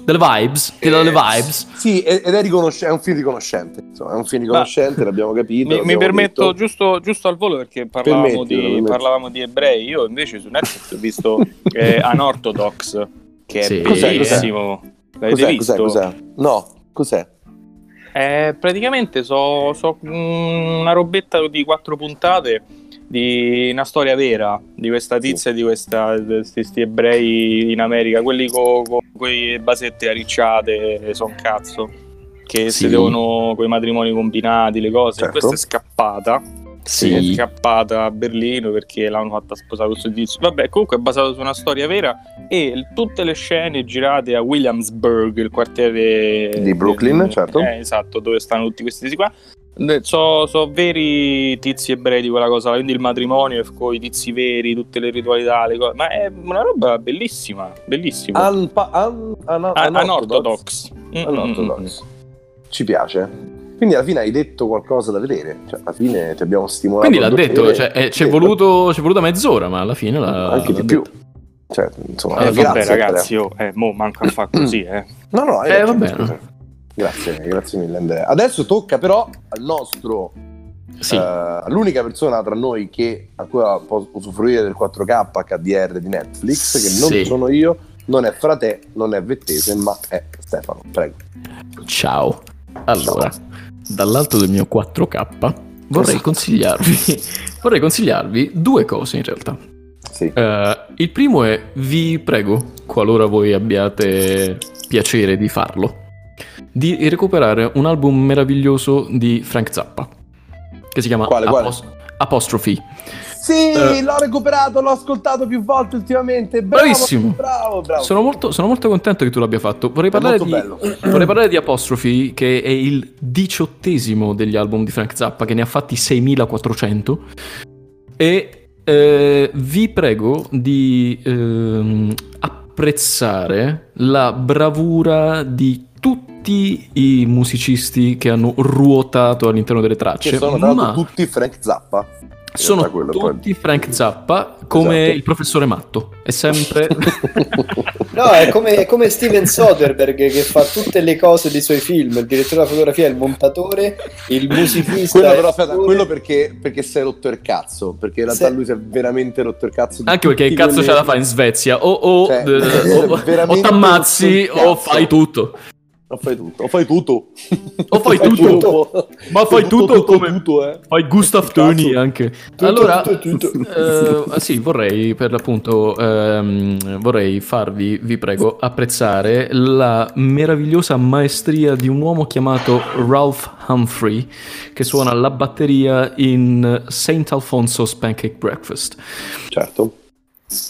[SPEAKER 1] Delle vibes, ti dà delle
[SPEAKER 2] Eh,
[SPEAKER 1] vibes.
[SPEAKER 2] sì e- ed è, riconosce- è un film riconoscente insomma, è un film riconoscente l'abbiamo capito
[SPEAKER 4] mi, mi
[SPEAKER 2] l'abbiamo
[SPEAKER 4] permetto
[SPEAKER 2] detto.
[SPEAKER 4] giusto, giusto al volo perché parlavamo,
[SPEAKER 2] Permettilo,
[SPEAKER 4] di,
[SPEAKER 2] permettilo.
[SPEAKER 4] parlavamo di ebrei io invece su Netflix ho visto eh, Unorthodox che è
[SPEAKER 1] Sì.
[SPEAKER 2] Cos'è, cos'è?
[SPEAKER 4] bellissimo l'avete
[SPEAKER 2] cos'è,
[SPEAKER 4] visto?
[SPEAKER 2] cos'è cos'è no cos'è
[SPEAKER 4] Eh, praticamente so, so una robetta di quattro puntate di una storia vera di questa tizia e di questa- di questi ebrei in America, quelli con quei basette arricciate, eh, son cazzo, che
[SPEAKER 1] Sì.
[SPEAKER 4] si devono con i matrimoni combinati, le cose.
[SPEAKER 2] Certo.
[SPEAKER 4] Questa è scappata, è scappata a Berlino perché l'hanno fatta sposare questo tizio. Vabbè, comunque è basato su una storia vera e l- tutte le scene girate a Williamsburg, il quartiere
[SPEAKER 2] Di Brooklyn,
[SPEAKER 4] del-
[SPEAKER 2] certo.
[SPEAKER 4] eh, esatto, dove stanno tutti questi tizi qua. Ne- So, so veri tizi ebrei di quella cosa, quindi il matrimonio con i tizi veri, tutte le ritualità, le cose. Ma è una roba bellissima, bellissima. Ah, Mm,
[SPEAKER 2] Anpa- an- ana-
[SPEAKER 4] A-
[SPEAKER 2] anorthodox.
[SPEAKER 4] Unorthodox.
[SPEAKER 2] Anorthodox.
[SPEAKER 4] mm.
[SPEAKER 2] Ci piace. Quindi alla fine hai detto qualcosa da vedere. Cioè, alla fine ti abbiamo stimolato.
[SPEAKER 1] Quindi l'ha
[SPEAKER 2] a dover
[SPEAKER 1] detto,
[SPEAKER 2] vedere.
[SPEAKER 1] cioè, eh, ci è
[SPEAKER 2] Detto.
[SPEAKER 1] voluto, ci è voluta mezz'ora, ma alla fine l'ha,
[SPEAKER 2] Anche
[SPEAKER 1] l'ha
[SPEAKER 2] di più.
[SPEAKER 1] detto.
[SPEAKER 2] Cioè, insomma,
[SPEAKER 4] Eh, vabbè,
[SPEAKER 2] grazie,
[SPEAKER 4] ragazzi, oh, eh, mo manca a fa così, eh.
[SPEAKER 2] Andrea. No, no, hai
[SPEAKER 1] Eh,
[SPEAKER 2] ragione,
[SPEAKER 1] va bene.
[SPEAKER 2] scusa. Grazie, grazie mille Andrea. Adesso tocca però al nostro,
[SPEAKER 1] Sì.
[SPEAKER 2] eh, all'unica persona tra noi che ancora può usufruire del 4K HDR di Netflix, che non
[SPEAKER 1] Sì.
[SPEAKER 2] sono io, non è Frate, non è Vettese, ma è Stefano. Prego.
[SPEAKER 1] Ciao. Allora, dall'alto del mio 4K vorrei consigliarvi, vorrei consigliarvi due cose in realtà.
[SPEAKER 2] Sì.
[SPEAKER 1] Eh, il primo è, vi prego, qualora voi abbiate piacere di farlo, di recuperare un album meraviglioso di Frank Zappa, che si chiama
[SPEAKER 2] Quale, quale?
[SPEAKER 1] Apostrophe.
[SPEAKER 2] Sì,
[SPEAKER 1] Eh.
[SPEAKER 2] l'ho recuperato, l'ho ascoltato più volte ultimamente. Bravo,
[SPEAKER 1] Bravissimo.
[SPEAKER 2] Bravo, bravo.
[SPEAKER 1] Sono molto, sono molto contento che tu l'abbia fatto. Vorrei
[SPEAKER 2] È
[SPEAKER 1] parlare,
[SPEAKER 2] molto
[SPEAKER 1] di,
[SPEAKER 2] bello.
[SPEAKER 1] vorrei parlare di Apostrophe, che è il diciottesimo degli album di Frank Zappa, che ne ha fatti 6400. E eh, vi prego di ehm, apprezzare la bravura di tutti i musicisti che hanno ruotato all'interno delle
[SPEAKER 2] Che
[SPEAKER 1] tracce.
[SPEAKER 2] sono tra l'altro
[SPEAKER 1] cioè, ma-
[SPEAKER 2] tutti Frank Zappa.
[SPEAKER 1] Sono
[SPEAKER 2] realtà quello poi-
[SPEAKER 1] tutti Frank Zappa come
[SPEAKER 2] Esatto.
[SPEAKER 1] il professore matto. È sempre...
[SPEAKER 3] No, è come, è come Steven Soderbergh che fa tutte le cose dei suoi film, il direttore della fotografia, il montatore, il musicista.
[SPEAKER 2] Quello, però,
[SPEAKER 3] il
[SPEAKER 2] aspetta,
[SPEAKER 3] attore.
[SPEAKER 2] quello perché, perché sei rotto il cazzo. Perché in realtà
[SPEAKER 3] Se-
[SPEAKER 2] lui si è veramente rotto il cazzo. di
[SPEAKER 1] Anche perché
[SPEAKER 2] tutti
[SPEAKER 1] il cazzo
[SPEAKER 2] quelli-
[SPEAKER 1] c'è da fare in Svezia. O, o,
[SPEAKER 2] Cioè,
[SPEAKER 1] eh, o-
[SPEAKER 2] veramente
[SPEAKER 1] o t'ammazzi
[SPEAKER 2] tutto il
[SPEAKER 1] o
[SPEAKER 2] cazzo.
[SPEAKER 1] fai tutto.
[SPEAKER 2] O fai tutto. O fai tutto.
[SPEAKER 1] O fai tutto. Ma fai tutto, come...
[SPEAKER 2] tutto, eh.
[SPEAKER 1] Fai Gustav
[SPEAKER 2] Cazzo.
[SPEAKER 1] Tony eh. anche.
[SPEAKER 3] Tutto,
[SPEAKER 1] allora,
[SPEAKER 3] tutto, tutto.
[SPEAKER 1] eh, ah, sì, vorrei per l'appunto ehm, vorrei farvi, vi prego, apprezzare la meravigliosa maestria di un uomo chiamato Ralph Humphrey che suona la batteria in St. Alfonso's Pancake Breakfast.
[SPEAKER 2] Certo.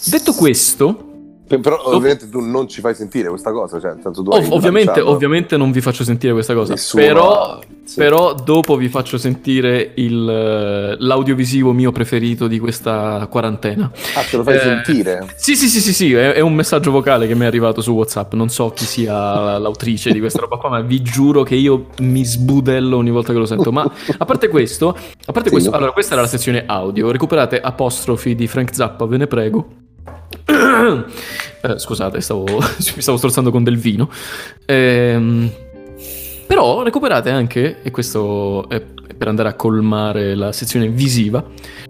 [SPEAKER 1] Detto questo,
[SPEAKER 2] Pe- Però ovviamente tu non ci fai sentire questa cosa, cioè, nel senso tu hai
[SPEAKER 1] ov- ovviamente,
[SPEAKER 2] lanciato
[SPEAKER 1] ovviamente non vi faccio sentire questa cosa,
[SPEAKER 2] nessuna-
[SPEAKER 1] però
[SPEAKER 2] diciamo. sì.
[SPEAKER 1] Però dopo vi faccio sentire il, eh, l'audiovisivo mio preferito di questa quarantena.
[SPEAKER 2] Ah, te lo fai
[SPEAKER 1] Eh,
[SPEAKER 2] sentire?
[SPEAKER 1] Sì, sì, sì, sì, sì, è, è un messaggio vocale che mi è arrivato su WhatsApp. Non so chi sia l'autrice di questa roba qua, ma vi giuro che io mi sbudello ogni volta che lo sento. Ma a parte questo, a parte
[SPEAKER 2] Sì.
[SPEAKER 1] questo allora, questa era la sezione audio. Recuperate apostrofi di Frank Zappa, ve ne prego. Eh, scusate, stavo, mi stavo strozzando con del vino. Ehm, però recuperate anche, e questo è per andare a colmare la sezione visiva,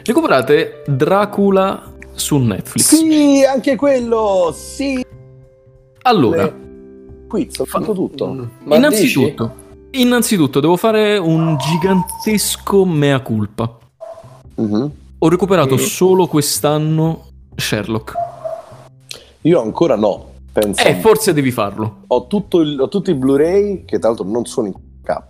[SPEAKER 1] recuperate Dracula su Netflix.
[SPEAKER 2] Sì, anche quello. Sì.
[SPEAKER 1] Allora,
[SPEAKER 2] Quiz, ho fatto
[SPEAKER 1] Mm.
[SPEAKER 2] tutto.
[SPEAKER 3] Ma dici?
[SPEAKER 1] innanzitutto, innanzitutto devo fare un gigantesco mea culpa.
[SPEAKER 2] Mhm.
[SPEAKER 1] Ho recuperato
[SPEAKER 3] Mm.
[SPEAKER 1] solo quest'anno Sherlock.
[SPEAKER 2] Io ancora no. Penso.
[SPEAKER 1] Eh, forse devi farlo.
[SPEAKER 2] ho, tutto il- ho tutti i Blu-ray che tra l'altro non sono in 4K.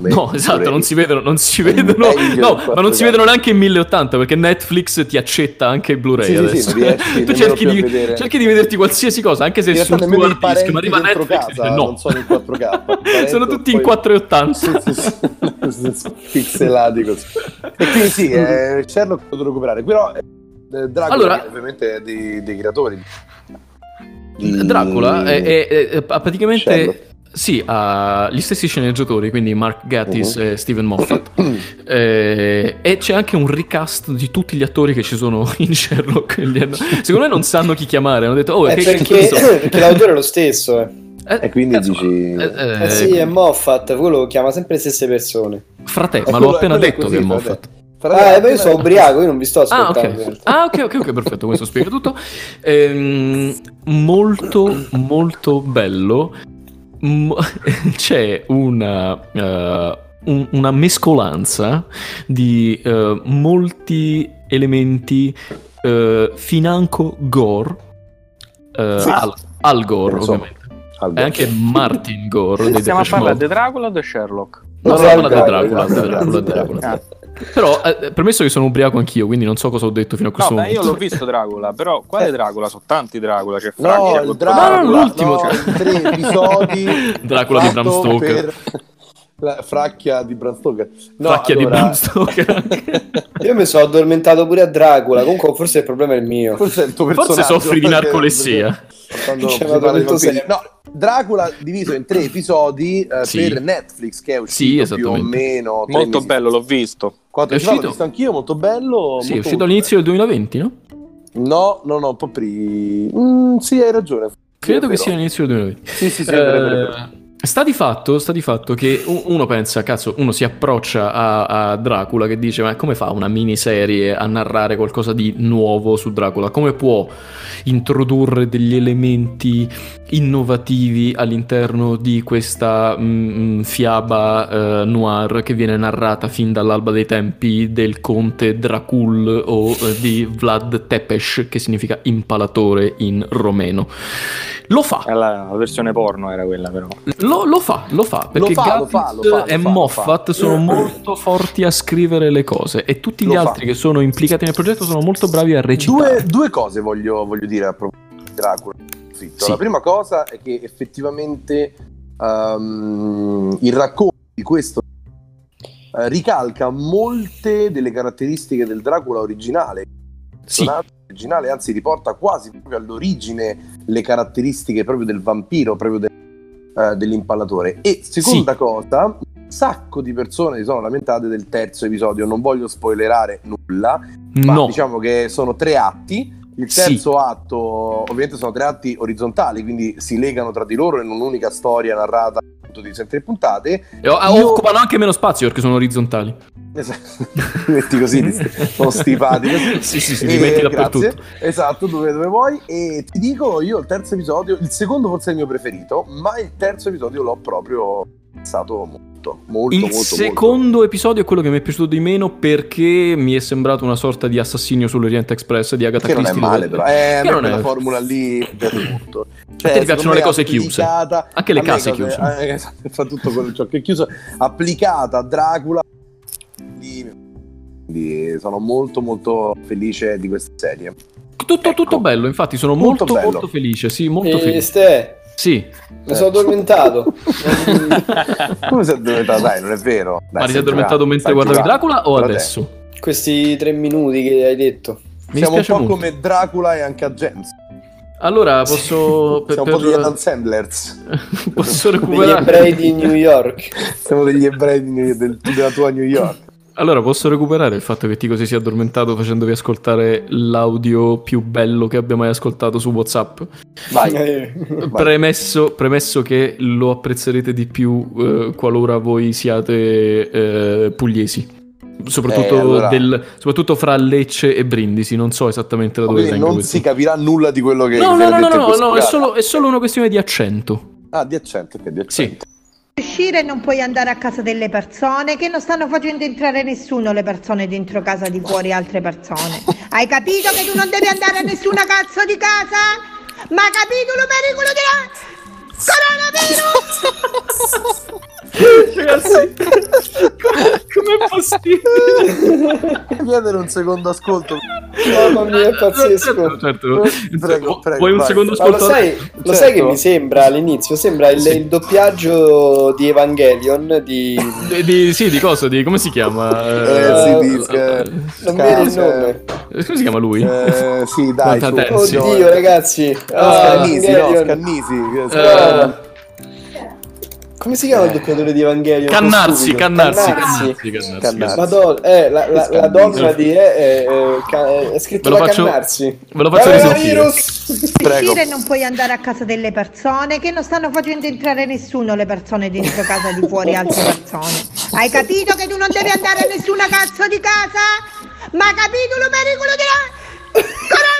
[SPEAKER 2] Beh,
[SPEAKER 1] No, esatto,
[SPEAKER 2] Blu-ray.
[SPEAKER 1] non si vedono, non si
[SPEAKER 2] È
[SPEAKER 1] vedono,
[SPEAKER 2] meglio
[SPEAKER 1] no,
[SPEAKER 2] il
[SPEAKER 1] ma non si
[SPEAKER 2] 4K.
[SPEAKER 1] vedono neanche in 1080 perché Netflix ti accetta anche il Blu-ray
[SPEAKER 2] Sì, sì, sì,
[SPEAKER 1] adesso.
[SPEAKER 2] non riesci
[SPEAKER 1] tu
[SPEAKER 2] nemmeno
[SPEAKER 1] cerchi
[SPEAKER 2] più a
[SPEAKER 1] di,
[SPEAKER 2] vedere.
[SPEAKER 1] cerchi di vederti qualsiasi cosa, anche se
[SPEAKER 2] In
[SPEAKER 1] è
[SPEAKER 2] realtà
[SPEAKER 1] sul
[SPEAKER 2] nemmeno
[SPEAKER 1] tuo hard
[SPEAKER 2] i
[SPEAKER 1] disk,
[SPEAKER 2] parenti
[SPEAKER 1] ma arriva
[SPEAKER 2] dentro
[SPEAKER 1] Netflix e
[SPEAKER 2] casa
[SPEAKER 1] dice no.
[SPEAKER 2] non sono in 4K. Parenti
[SPEAKER 1] Sono tutti in
[SPEAKER 2] poi-
[SPEAKER 1] 480.
[SPEAKER 2] Sì, sì, sì, sì, pixelati così. E quindi sì, eh, Sherlock lo devo recuperare, però eh, Dracula
[SPEAKER 1] Allora-
[SPEAKER 2] che ovviamente è dei, dei creatori. di-
[SPEAKER 1] Dracula è, è- è- è- ha praticamente
[SPEAKER 2] Sherlock.
[SPEAKER 1] sì, ha gli stessi sceneggiatori, quindi Mark Gattis
[SPEAKER 2] Uh-huh.
[SPEAKER 1] e Steven Moffat. Eh, e c'è anche un recast di tutti gli attori che ci sono in Sherlock. Li hanno- Secondo me non sanno chi chiamare, hanno detto "Oh,
[SPEAKER 3] È
[SPEAKER 1] che- che
[SPEAKER 3] perché,
[SPEAKER 1] cazzo?"
[SPEAKER 3] perché cioè, l'autore è lo stesso. Eh.
[SPEAKER 1] Eh,
[SPEAKER 2] Eh, E quindi
[SPEAKER 1] cazzo,
[SPEAKER 2] dici-
[SPEAKER 1] eh, eh,
[SPEAKER 3] Eh sì, è Moffat, quello chiama sempre le stesse persone.
[SPEAKER 1] Frate, ma
[SPEAKER 2] È quello-
[SPEAKER 1] l'ho appena
[SPEAKER 2] quello è
[SPEAKER 1] detto
[SPEAKER 2] così,
[SPEAKER 1] che è
[SPEAKER 2] vabbè.
[SPEAKER 1] Moffat.
[SPEAKER 2] Fra
[SPEAKER 3] Ah, eh,
[SPEAKER 2] l'altro-
[SPEAKER 3] beh, io sono ubriaco, io non vi sto
[SPEAKER 1] Ah
[SPEAKER 3] ascoltando. in
[SPEAKER 1] ok.
[SPEAKER 3] realtà.
[SPEAKER 1] ah, ok, ok, ok, perfetto, questo spiega tutto. Ehm, molto, molto bello. Mo- C'è una, eh, un- una mescolanza di eh, molti elementi eh, financo gore, eh,
[SPEAKER 2] Sì.
[SPEAKER 1] al, al gore
[SPEAKER 2] Lo so.
[SPEAKER 1] ovviamente, e
[SPEAKER 2] Alberto.
[SPEAKER 1] anche Martin Gore. dei
[SPEAKER 4] Stiamo a
[SPEAKER 1] Depeche
[SPEAKER 4] parlare
[SPEAKER 1] Mode.
[SPEAKER 4] di Dracula o di Sherlock?
[SPEAKER 1] No,
[SPEAKER 2] No,
[SPEAKER 1] Dracula,
[SPEAKER 2] Dracula,
[SPEAKER 1] Dracula,
[SPEAKER 2] Dracula,
[SPEAKER 1] Dracula,
[SPEAKER 2] Dracula.
[SPEAKER 1] Dracula.
[SPEAKER 2] Ah.
[SPEAKER 1] Però, eh, premesso che sono ubriaco anch'io, quindi non so cosa ho detto fino a
[SPEAKER 4] No,
[SPEAKER 1] questo
[SPEAKER 4] beh,
[SPEAKER 1] momento.
[SPEAKER 4] io l'ho visto Dracula, però quale Dracula? Sono tanti Dracula, c'è Frank,
[SPEAKER 2] No,
[SPEAKER 4] c'è
[SPEAKER 2] il
[SPEAKER 4] Cotto-
[SPEAKER 2] Dracula,
[SPEAKER 1] no, l'ultimo,
[SPEAKER 2] no,
[SPEAKER 1] cioè.
[SPEAKER 2] i tre episodi
[SPEAKER 1] Dracula di Bram
[SPEAKER 2] fatto
[SPEAKER 1] Stoker.
[SPEAKER 2] per La fracchia di Bram Stoker. No,
[SPEAKER 1] Fracchia di
[SPEAKER 2] allora,
[SPEAKER 1] Bram Stoker.
[SPEAKER 3] Io mi sono addormentato pure a Dracula. Comunque, forse il problema è il mio.
[SPEAKER 2] Forse, è il tuo
[SPEAKER 1] Forse
[SPEAKER 2] personaggio,
[SPEAKER 1] soffri di
[SPEAKER 2] perché-
[SPEAKER 1] narcolessia.
[SPEAKER 2] Quando
[SPEAKER 3] Ci
[SPEAKER 2] si
[SPEAKER 3] avevo
[SPEAKER 2] parla di
[SPEAKER 3] detto
[SPEAKER 2] vampiri.
[SPEAKER 3] sempre.
[SPEAKER 2] No, Dracula diviso in tre episodi eh,
[SPEAKER 1] Sì.
[SPEAKER 2] per Netflix che è
[SPEAKER 1] Sì,
[SPEAKER 2] uscito più o
[SPEAKER 1] esattamente.
[SPEAKER 2] meno tre
[SPEAKER 4] Molto
[SPEAKER 2] mesi-
[SPEAKER 4] bello, l'ho visto.
[SPEAKER 2] Quattro
[SPEAKER 1] È
[SPEAKER 2] episodi,
[SPEAKER 1] uscito-
[SPEAKER 2] l'ho visto anch'io, molto bello.
[SPEAKER 1] Sì, è
[SPEAKER 2] molto,
[SPEAKER 1] uscito
[SPEAKER 2] molto
[SPEAKER 1] all'inizio del 2020, no?
[SPEAKER 2] bello. No, no, no, un po' pri... Mm, sì, hai ragione. Sì,
[SPEAKER 1] Credo
[SPEAKER 2] è
[SPEAKER 1] che
[SPEAKER 2] vero.
[SPEAKER 1] sia all'inizio del 2020.
[SPEAKER 2] Sì, sì, sì, è vero, è vero, è vero.
[SPEAKER 1] Eh, Sta di, fatto, sta di fatto che u- uno pensa, cazzo, uno si approccia a, a Dracula che dice, ma come fa una miniserie a narrare qualcosa di nuovo su Dracula? Come può introdurre degli elementi innovativi all'interno di questa mm, fiaba eh, noir che viene narrata fin dall'alba dei tempi del conte Dracul o eh, di Vlad Tepes, che significa impalatore in romeno. Lo fa.
[SPEAKER 4] Eh, La la versione porno era quella, però.
[SPEAKER 1] Lo, lo fa, lo fa, perché
[SPEAKER 2] fa, lo
[SPEAKER 1] Gattaz
[SPEAKER 2] fa, lo fa, lo
[SPEAKER 1] e
[SPEAKER 2] fa, lo
[SPEAKER 1] Moffat sono molto forti a scrivere le cose e tutti gli
[SPEAKER 2] Lo fa.
[SPEAKER 1] altri che sono implicati nel progetto sono molto bravi a recitare.
[SPEAKER 2] Due, due cose voglio, voglio dire a proposito di Dracula. Zitto.
[SPEAKER 1] Sì.
[SPEAKER 2] La prima cosa è che effettivamente ehm, il racconto di questo eh, ricalca molte delle caratteristiche del Dracula originale.
[SPEAKER 1] Sì.
[SPEAKER 2] personaggio originale, anzi riporta quasi proprio all'origine le caratteristiche proprio del vampiro, proprio del- eh, dell'impallatore. E seconda cosa, sacco di persone si sono lamentate del terzo episodio. Non voglio spoilerare nulla, ma
[SPEAKER 1] no,
[SPEAKER 2] diciamo che sono tre atti. Il
[SPEAKER 1] Sì.
[SPEAKER 2] terzo atto, ovviamente, sono tre atti orizzontali, quindi si legano tra di loro in un'unica storia narrata appunto di tre puntate.
[SPEAKER 1] E o-
[SPEAKER 2] io-
[SPEAKER 1] Eh, occupano anche meno spazio perché sono orizzontali.
[SPEAKER 2] Esatto. Metti così, ti st- sono stipati. così.
[SPEAKER 1] sì, sì, sì,
[SPEAKER 2] Eh,
[SPEAKER 1] li metti dappertutto.
[SPEAKER 2] grazie. Esatto, dove, dove vuoi. E ti dico, io il terzo episodio, il secondo forse è il mio preferito, ma il terzo episodio l'ho proprio pensato molto, molto,
[SPEAKER 1] Il
[SPEAKER 2] molto, molto.
[SPEAKER 1] secondo episodio è quello che mi è piaciuto di meno perché mi è sembrato una sorta di assassino sull'Oriente Express di Agatha
[SPEAKER 2] Che non è
[SPEAKER 1] Christie.
[SPEAKER 2] male,
[SPEAKER 1] dove-
[SPEAKER 2] però. Eh,
[SPEAKER 1] Che non
[SPEAKER 2] la
[SPEAKER 1] è-
[SPEAKER 2] formula lì per tutto.
[SPEAKER 1] A te ti piacciono le cose chiuse. Anche le case
[SPEAKER 2] casse
[SPEAKER 1] chiuse.
[SPEAKER 2] eh, esatto, fa tutto quello ciò che è chiuso, applicata a Dracula. Quindi quindi sono molto, molto felice di questa serie.
[SPEAKER 1] Tutto, tutto
[SPEAKER 2] Ecco.
[SPEAKER 1] bello, infatti sono
[SPEAKER 2] Molto
[SPEAKER 1] molto, molto,
[SPEAKER 2] bello.
[SPEAKER 1] felice. Sì, molto
[SPEAKER 3] E
[SPEAKER 1] felice.
[SPEAKER 3] Ste,
[SPEAKER 1] Sì.
[SPEAKER 3] mi sono addormentato.
[SPEAKER 2] Come sei addormentato? Dai, non è vero. Dai,
[SPEAKER 1] Ah. Ma ti sei
[SPEAKER 2] stai
[SPEAKER 1] addormentato
[SPEAKER 2] giocando,
[SPEAKER 1] mentre
[SPEAKER 2] stai
[SPEAKER 1] guardavi
[SPEAKER 2] giocando.
[SPEAKER 1] Dracula o
[SPEAKER 2] Però te-
[SPEAKER 1] adesso?
[SPEAKER 3] Questi tre minuti che hai detto.
[SPEAKER 1] Mi
[SPEAKER 2] Siamo un
[SPEAKER 1] dispiace
[SPEAKER 2] po'
[SPEAKER 1] molto.
[SPEAKER 2] come Dracula e anche a Jens.
[SPEAKER 1] Allora, posso... Oh, per-
[SPEAKER 2] Siamo un po' degli
[SPEAKER 1] per-
[SPEAKER 2] Adam Sandlers.
[SPEAKER 1] posso
[SPEAKER 3] Degli
[SPEAKER 1] recuperare...
[SPEAKER 3] ebrei di New York.
[SPEAKER 2] Siamo degli ebrei di New- del- della tua New York.
[SPEAKER 1] Allora, posso recuperare il fatto che Tico si sia addormentato facendovi ascoltare l'audio più bello che abbia mai ascoltato su WhatsApp?
[SPEAKER 2] Vai.
[SPEAKER 3] Eh,
[SPEAKER 2] Vai.
[SPEAKER 1] Premesso, premesso che lo apprezzerete di più eh, qualora voi siate eh, pugliesi. Soprattutto,
[SPEAKER 2] Eh, allora-
[SPEAKER 1] del- soprattutto fra Lecce e Brindisi, non so esattamente da dove
[SPEAKER 2] Quindi
[SPEAKER 1] vengo.
[SPEAKER 2] non
[SPEAKER 1] questo.
[SPEAKER 2] si capirà nulla di quello che
[SPEAKER 1] no,
[SPEAKER 2] viene
[SPEAKER 1] no, no,
[SPEAKER 2] detto
[SPEAKER 1] no,
[SPEAKER 2] in
[SPEAKER 1] no,
[SPEAKER 2] questo
[SPEAKER 1] no, è,
[SPEAKER 2] caso.
[SPEAKER 1] solo, è solo una questione di accento.
[SPEAKER 2] Ah, di accento, ok, di accento.
[SPEAKER 1] Sì.
[SPEAKER 5] uscire non puoi andare a casa delle persone che non stanno facendo entrare nessuno le persone dentro casa di fuori altre persone hai capito che tu non devi andare a nessuna cazzo di casa ma hai capito il pericolo della coronavirus
[SPEAKER 1] Ragazzi, com'è possibile?
[SPEAKER 2] Chiedere un secondo ascolto.
[SPEAKER 3] Mamma mia, è pazzesco.
[SPEAKER 1] Eh, Certo, certo.
[SPEAKER 2] Prego, prego,
[SPEAKER 1] Vuoi un
[SPEAKER 2] vai.
[SPEAKER 1] secondo
[SPEAKER 3] Ma lo
[SPEAKER 1] ascolto?
[SPEAKER 3] sai, lo
[SPEAKER 2] Certo.
[SPEAKER 3] sai che mi sembra all'inizio? Sembra il, il doppiaggio di Evangelion di...
[SPEAKER 1] Di- Eh, Di, sì, di cosa? Di, come si chiama?
[SPEAKER 2] Eh, sì, di-
[SPEAKER 1] eh,
[SPEAKER 3] Non mi viene il
[SPEAKER 2] Cazzo,
[SPEAKER 3] nome.
[SPEAKER 1] eh, come si chiama lui?
[SPEAKER 2] Eh, sì, dai, su.
[SPEAKER 1] Quanta terzi.
[SPEAKER 2] no,
[SPEAKER 3] Oddio,
[SPEAKER 2] eh.
[SPEAKER 3] ragazzi. Ah,
[SPEAKER 2] Scannisi, no,
[SPEAKER 3] Evangelion.
[SPEAKER 2] Scannisi.
[SPEAKER 1] Eh,
[SPEAKER 3] Ah. Come si chiama il doppiatore di Evangelion?
[SPEAKER 1] Cannarsi,
[SPEAKER 3] Stupido.
[SPEAKER 1] cannarsi,
[SPEAKER 3] Cannarsi.
[SPEAKER 1] cannarsi, cannarsi.
[SPEAKER 2] Cannarsi.
[SPEAKER 3] Madonna, eh, la, la, la
[SPEAKER 2] Scannisi.
[SPEAKER 3] donna di... eh, eh, eh, ca- eh, è scritto
[SPEAKER 1] Ve lo
[SPEAKER 3] da
[SPEAKER 1] faccio-
[SPEAKER 3] Cannarsi.
[SPEAKER 1] Ve lo faccio risentire.
[SPEAKER 3] Coronavirus!
[SPEAKER 2] Prego.
[SPEAKER 5] uscire non puoi andare a casa delle persone che non stanno facendo entrare nessuno le persone dentro casa di fuori altre persone hai capito che tu non devi andare a nessuna cazzo di casa ma hai capito il pericolo della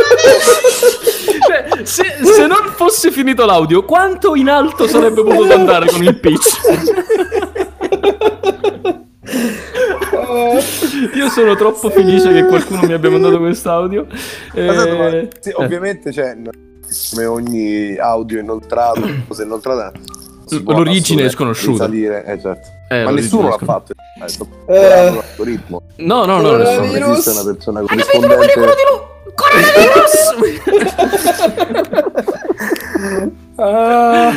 [SPEAKER 5] coronavirus
[SPEAKER 1] Cioè, se, se non fosse finito l'audio, quanto in alto sarebbe potuto andare con il pitch? Io sono troppo felice che qualcuno mi abbia mandato quest'audio. Eh,
[SPEAKER 2] Esatto, ma- sì,
[SPEAKER 1] eh,
[SPEAKER 2] ovviamente c'è come ogni audio inoltrato, se inoltrata si può
[SPEAKER 1] L'origine è
[SPEAKER 2] assolutamente
[SPEAKER 1] sconosciuta.
[SPEAKER 2] risalire, eh, certo.
[SPEAKER 1] eh,
[SPEAKER 2] Ma
[SPEAKER 1] lo
[SPEAKER 2] nessuno l'ha
[SPEAKER 1] riconosco.
[SPEAKER 2] fatto. eh, sto guardando l'algoritmo.
[SPEAKER 1] No, no, no,
[SPEAKER 3] Coronavirus.
[SPEAKER 1] nessuno.
[SPEAKER 2] Non esiste una persona
[SPEAKER 5] Hai capito il
[SPEAKER 2] corrispondente.
[SPEAKER 5] pericolo di lui?
[SPEAKER 1] Coronavirus!
[SPEAKER 3] Ah,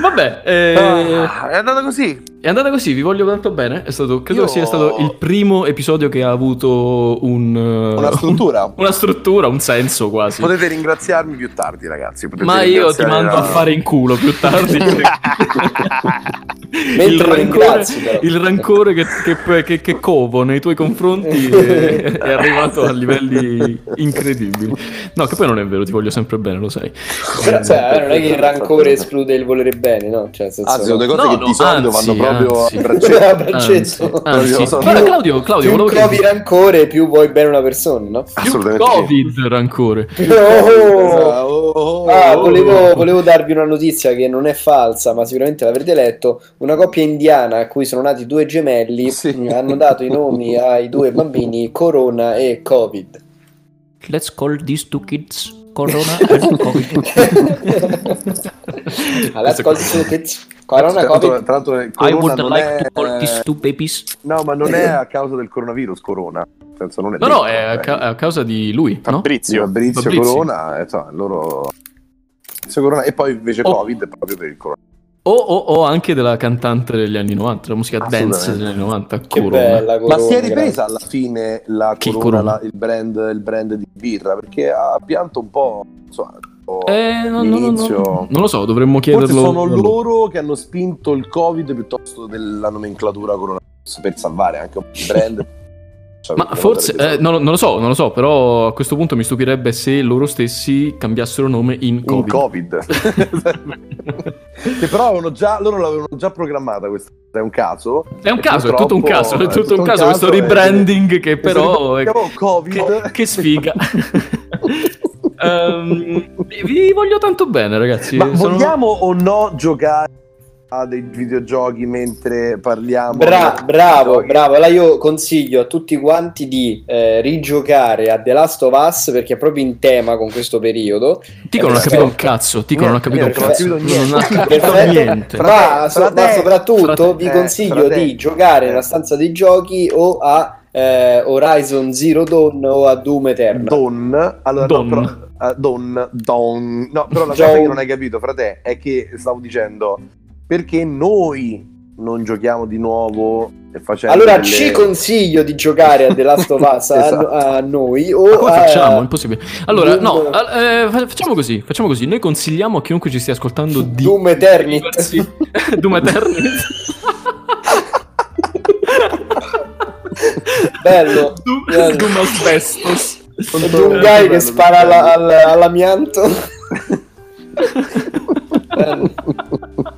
[SPEAKER 1] Vabbè, eh,
[SPEAKER 2] Ah, è andata così.
[SPEAKER 1] è andata così, vi voglio tanto bene. È stato, credo
[SPEAKER 2] Io-
[SPEAKER 1] sia stato il primo episodio che ha avuto un, eh,
[SPEAKER 2] Una struttura.
[SPEAKER 1] una struttura, un senso quasi.
[SPEAKER 2] Potete ringraziarmi più tardi, ragazzi. potete
[SPEAKER 1] Ma io ti
[SPEAKER 2] ringraziare eh.
[SPEAKER 1] mando
[SPEAKER 2] la-
[SPEAKER 1] a fare in culo più tardi. il,
[SPEAKER 3] Mentre
[SPEAKER 1] rancore,
[SPEAKER 3] ringrazi, però.
[SPEAKER 1] il rancore che, che- che- che covo nei tuoi confronti è, è arrivato a livelli incredibili. No, che poi non è vero, ti voglio sempre bene, lo sai.
[SPEAKER 3] però, cioè, eh, non è che il rancore esclude il volere bene, no? Cioè, nel senso,
[SPEAKER 2] Anzi, sono due cose
[SPEAKER 1] No,
[SPEAKER 2] che
[SPEAKER 1] no,
[SPEAKER 2] di solito
[SPEAKER 1] anzi,
[SPEAKER 2] vanno proprio
[SPEAKER 1] anzi.
[SPEAKER 2] a braccetto.
[SPEAKER 3] Ah,
[SPEAKER 1] Anzi,
[SPEAKER 3] braccetto.
[SPEAKER 1] anzi.
[SPEAKER 2] Io sono-
[SPEAKER 1] Guarda, Claudio, Claudio,
[SPEAKER 3] più
[SPEAKER 1] volevo
[SPEAKER 3] provi
[SPEAKER 1] chiederti-
[SPEAKER 3] rancore, più vuoi bene una persona, no?
[SPEAKER 1] più
[SPEAKER 2] Assolutamente. sì.
[SPEAKER 1] Covid rancore.
[SPEAKER 3] Oh!
[SPEAKER 2] Ah, oh, oh,
[SPEAKER 3] Ah,
[SPEAKER 2] oh.
[SPEAKER 3] volevo, volevo darvi una notizia che non è falsa, ma sicuramente l'avrete letto. Una coppia indiana a cui sono nati due gemelli
[SPEAKER 2] Sì.
[SPEAKER 3] mh, hanno dato i nomi ai due bambini Corona e Covid.
[SPEAKER 1] Let's call these two kids Corona and
[SPEAKER 2] Ah,
[SPEAKER 3] All'ascolto
[SPEAKER 1] Covid.
[SPEAKER 3] su che Corona
[SPEAKER 2] Tra l'altro-
[SPEAKER 3] Covid.
[SPEAKER 2] tra l'altro, eh, Corona non è,
[SPEAKER 1] two babies.
[SPEAKER 2] no, ma non è a causa del coronavirus. Corona, Nel senso, non è
[SPEAKER 1] No,
[SPEAKER 2] detto,
[SPEAKER 1] no, è a,
[SPEAKER 2] eh.
[SPEAKER 1] ca- a causa di lui, no?
[SPEAKER 2] Di
[SPEAKER 4] Fabrizio.
[SPEAKER 2] Fabrizio,
[SPEAKER 1] Fabrizio.
[SPEAKER 2] Corona, eh, so, loro. Fabrizio Corona, e poi invece
[SPEAKER 1] Oh.
[SPEAKER 2] Covid proprio per il corona.
[SPEAKER 1] O, o- o anche della cantante degli anni 90, la musica dance
[SPEAKER 2] Assolutamente.
[SPEAKER 1] degli anni eh. 90,
[SPEAKER 3] Che
[SPEAKER 1] Corona.
[SPEAKER 3] bella Corona.
[SPEAKER 2] Ma si è ripresa
[SPEAKER 3] grazie.
[SPEAKER 2] alla fine la
[SPEAKER 1] Chi
[SPEAKER 2] corona,
[SPEAKER 1] Corona?
[SPEAKER 2] la- il, brand, il brand di birra perché ha pianto un po'. Insomma,
[SPEAKER 1] Eh, no, no, no,
[SPEAKER 2] Inizio.
[SPEAKER 1] no. Non lo so, dovremmo
[SPEAKER 2] Forse
[SPEAKER 1] chiederlo.
[SPEAKER 2] sono loro che hanno spinto il Covid piuttosto della nomenclatura coronavirus per salvare anche un po' di brand. Cioè,
[SPEAKER 1] Ma
[SPEAKER 2] perché
[SPEAKER 1] forse,
[SPEAKER 2] non
[SPEAKER 1] eh, non, lo- non lo so, non lo so, però a questo punto mi stupirebbe se loro stessi cambiassero nome in
[SPEAKER 2] sarebbe-
[SPEAKER 1] Covid.
[SPEAKER 2] in Covid. che però avevano già, loro l'avevano già programmata questa è un caso.
[SPEAKER 1] È un caso, è
[SPEAKER 2] Purtroppo, eh,
[SPEAKER 1] tutto un caso, è tutto un caso questo
[SPEAKER 2] e-
[SPEAKER 1] rebranding che
[SPEAKER 2] e
[SPEAKER 1] però...
[SPEAKER 2] se
[SPEAKER 1] è-
[SPEAKER 2] li chiamavano esatto. Covid.
[SPEAKER 1] Che, che sfiga. Ehm, vi voglio tanto bene, ragazzi.
[SPEAKER 2] Ma
[SPEAKER 1] Sono-
[SPEAKER 2] vogliamo o no giocare a dei videogiochi mentre parliamo?
[SPEAKER 3] Bra-
[SPEAKER 2] di-
[SPEAKER 3] bravo,
[SPEAKER 2] videogiochi?
[SPEAKER 3] bravo. Allora io consiglio a tutti quanti di eh, rigiocare a The Last of Us perché è proprio in tema con questo periodo.
[SPEAKER 1] Tico non ha capito un cazzo. Tico non ha capito un
[SPEAKER 2] Niente,
[SPEAKER 1] cazzo.
[SPEAKER 2] non ha capito
[SPEAKER 1] Non ha
[SPEAKER 2] niente.
[SPEAKER 1] capito
[SPEAKER 3] Perfetto.
[SPEAKER 1] niente.
[SPEAKER 2] Fra- Frate-
[SPEAKER 3] ma, so- ma
[SPEAKER 2] frate-
[SPEAKER 3] soprattutto
[SPEAKER 1] frate-
[SPEAKER 3] vi
[SPEAKER 2] eh,
[SPEAKER 3] consiglio
[SPEAKER 2] frate-
[SPEAKER 3] di giocare nella stanza dei giochi o a eh, Horizon Zero Dawn o a Doom Eternal.
[SPEAKER 2] Don, allora,
[SPEAKER 1] Don.
[SPEAKER 2] No, però, eh, Don, Don, no, però la
[SPEAKER 3] John.
[SPEAKER 2] cosa che non hai capito, frate, è che stavo dicendo perché noi non giochiamo di nuovo e facendo
[SPEAKER 3] Allora
[SPEAKER 2] delle-
[SPEAKER 3] ci consiglio di giocare a The Last of Us a-
[SPEAKER 2] Esatto.
[SPEAKER 3] a, noi o
[SPEAKER 1] Ma come
[SPEAKER 2] eh,
[SPEAKER 3] a-
[SPEAKER 1] facciamo? È impossibile. Allora, no,
[SPEAKER 3] Doom-
[SPEAKER 1] al- eh, fa- facciamo così, facciamo così. Noi consigliamo a chiunque ci stia ascoltando di
[SPEAKER 3] Doom Eternit.
[SPEAKER 1] diversi- Doom Eternit.
[SPEAKER 3] Bello.
[SPEAKER 1] Doom,
[SPEAKER 3] Bello.
[SPEAKER 1] Doom Asbestos.
[SPEAKER 3] un guy che spara alla- alla- all'amianto. Bello.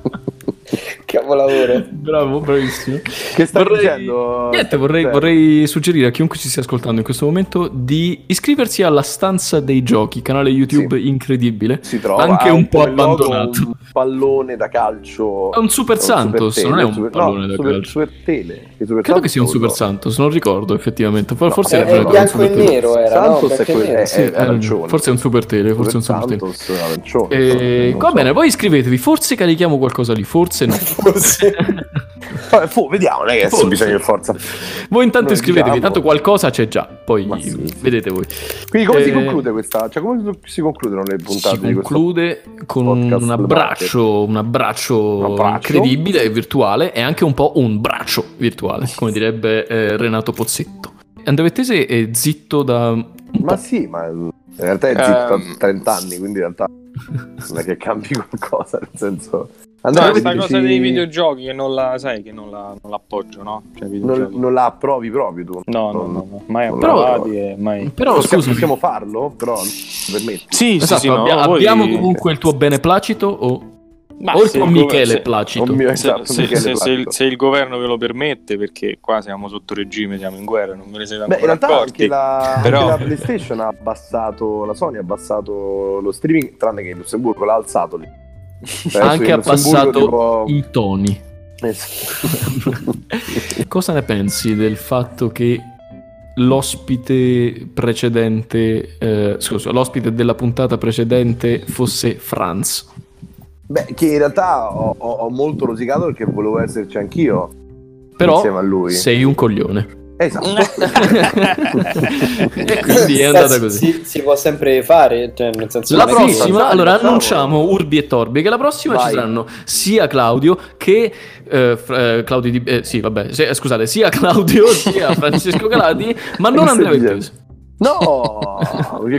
[SPEAKER 3] Cavolavoro.
[SPEAKER 1] Bravo, bravissimo.
[SPEAKER 2] Che stai
[SPEAKER 1] Vorrei-
[SPEAKER 2] dicendo?
[SPEAKER 1] Niente, vorrei,
[SPEAKER 2] Cioè,
[SPEAKER 1] vorrei suggerire a chiunque ci stia ascoltando in questo momento di iscriversi alla stanza dei giochi, canale YouTube incredibile.
[SPEAKER 2] si trova
[SPEAKER 1] anche
[SPEAKER 2] ha
[SPEAKER 1] un po'
[SPEAKER 2] bel logo,
[SPEAKER 1] abbandonato.
[SPEAKER 2] un pallone da calcio.
[SPEAKER 1] È un Super Santos,
[SPEAKER 2] Super
[SPEAKER 1] non è un
[SPEAKER 2] Tele, super-
[SPEAKER 1] pallone
[SPEAKER 2] no,
[SPEAKER 1] da
[SPEAKER 2] super,
[SPEAKER 1] calcio.
[SPEAKER 2] Super Tele. che super
[SPEAKER 1] Credo che sia un Super
[SPEAKER 2] Santos-
[SPEAKER 1] Santos, non ricordo effettivamente. For-
[SPEAKER 2] No,
[SPEAKER 1] forse
[SPEAKER 3] È,
[SPEAKER 2] Eh,
[SPEAKER 1] era
[SPEAKER 3] è
[SPEAKER 2] però,
[SPEAKER 3] bianco e
[SPEAKER 1] un super tele.
[SPEAKER 3] nero era, no?
[SPEAKER 2] Santos è
[SPEAKER 3] Bianco e
[SPEAKER 2] quello-
[SPEAKER 3] nero.
[SPEAKER 2] eh,
[SPEAKER 1] Sì,
[SPEAKER 2] eh,
[SPEAKER 1] era-
[SPEAKER 2] arancione.
[SPEAKER 1] forse è un super tele, forse è un super tele.
[SPEAKER 2] Santos, arancione,
[SPEAKER 1] Eh,
[SPEAKER 2] non
[SPEAKER 1] va
[SPEAKER 2] so.
[SPEAKER 1] bene, poi iscrivetevi, forse carichiamo qualcosa lì, forse no.
[SPEAKER 3] Forse.
[SPEAKER 2] Vabbè, fu, vediamo, non è che adesso
[SPEAKER 1] Forse.
[SPEAKER 2] bisogna per forza.
[SPEAKER 1] Voi intanto
[SPEAKER 2] Noi
[SPEAKER 1] iscrivetevi,
[SPEAKER 2] diciamo-
[SPEAKER 1] tanto qualcosa c'è già, poi
[SPEAKER 2] Ma sì.
[SPEAKER 1] vedete voi.
[SPEAKER 2] Quindi come si
[SPEAKER 1] Eh,
[SPEAKER 2] conclude questa? Cioè come si concludono le puntate
[SPEAKER 1] si
[SPEAKER 2] di questo?
[SPEAKER 1] conclude con un
[SPEAKER 2] podcast
[SPEAKER 1] abbraccio, un abbraccio,
[SPEAKER 2] Un abbraccio.
[SPEAKER 1] incredibile e virtuale e anche un po' un braccio virtuale, come direbbe eh, Renato Pozzetto. Andavettese è zitto da... un
[SPEAKER 2] Ma
[SPEAKER 1] po'.
[SPEAKER 2] sì, ma in realtà è zitto a
[SPEAKER 4] Ehm,
[SPEAKER 2] 30 anni, quindi in realtà non è che cambi qualcosa, nel senso...
[SPEAKER 4] No,
[SPEAKER 2] Andrea,
[SPEAKER 4] questa
[SPEAKER 2] dici-
[SPEAKER 4] cosa dei videogiochi che non la sai che non la non l'appoggio, no? Cioè,
[SPEAKER 2] non,
[SPEAKER 4] videogiochi.
[SPEAKER 2] non la approvi proprio tu.
[SPEAKER 4] no, no, no, no, mai
[SPEAKER 2] non-
[SPEAKER 4] approvati e mai.
[SPEAKER 1] Però
[SPEAKER 2] Possiamo-
[SPEAKER 1] scusami,
[SPEAKER 2] Possiamo farlo? Però non mi permetto.
[SPEAKER 4] Sì,
[SPEAKER 1] esatto, abbia- abbiamo comunque il tuo beneplacito o...
[SPEAKER 4] Ma
[SPEAKER 1] o il
[SPEAKER 4] se
[SPEAKER 1] tuo
[SPEAKER 4] il
[SPEAKER 1] Michele
[SPEAKER 4] gover-
[SPEAKER 1] Placito.
[SPEAKER 2] Oh mio,
[SPEAKER 4] Se,
[SPEAKER 2] esatto,
[SPEAKER 4] se-
[SPEAKER 2] Michele
[SPEAKER 4] se- se-
[SPEAKER 2] Placido.
[SPEAKER 4] se il governo ve lo permette, perché qua siamo sotto regime, siamo in guerra, non ve ne siete
[SPEAKER 2] Beh,
[SPEAKER 4] ancora
[SPEAKER 2] in realtà
[SPEAKER 4] accorti.
[SPEAKER 2] anche la, anche
[SPEAKER 4] Però-
[SPEAKER 2] la PlayStation ha abbassato, la Sony ha abbassato lo streaming, tranne che il Lussemburgo l'ha alzato lì. Adesso
[SPEAKER 1] anche
[SPEAKER 2] in Lussemburgo
[SPEAKER 1] abbassato
[SPEAKER 2] tipo-
[SPEAKER 1] i toni.
[SPEAKER 2] Eh, Esatto.
[SPEAKER 1] Cosa ne pensi del fatto che l'ospite precedente, eh, scusa, l'ospite della puntata precedente fosse Franz?
[SPEAKER 2] Beh, che in realtà ho, ho- ho molto rosicato perché volevo esserci anch'io.
[SPEAKER 1] Però
[SPEAKER 2] Insieme a lui.
[SPEAKER 1] sei un coglione.
[SPEAKER 2] Esatto.
[SPEAKER 1] e quindi è andata così.
[SPEAKER 3] Si, si può sempre fare, cioè, nel senso,
[SPEAKER 1] La
[SPEAKER 3] non è che-
[SPEAKER 2] sì,
[SPEAKER 1] prossima,
[SPEAKER 2] Franz,
[SPEAKER 1] allora
[SPEAKER 2] facciamo.
[SPEAKER 1] annunciamo Urbi e Torbi che la prossima
[SPEAKER 2] Vai.
[SPEAKER 1] ci saranno sia Claudio che eh, Fra- eh, Claudio di eh, sì, vabbè, se- eh, scusate, sia Claudio sia Francesco Calati, ma non
[SPEAKER 2] Che stai
[SPEAKER 1] Andrea
[SPEAKER 2] dicendo?
[SPEAKER 1] Vettese.
[SPEAKER 2] no, perché
[SPEAKER 1] Non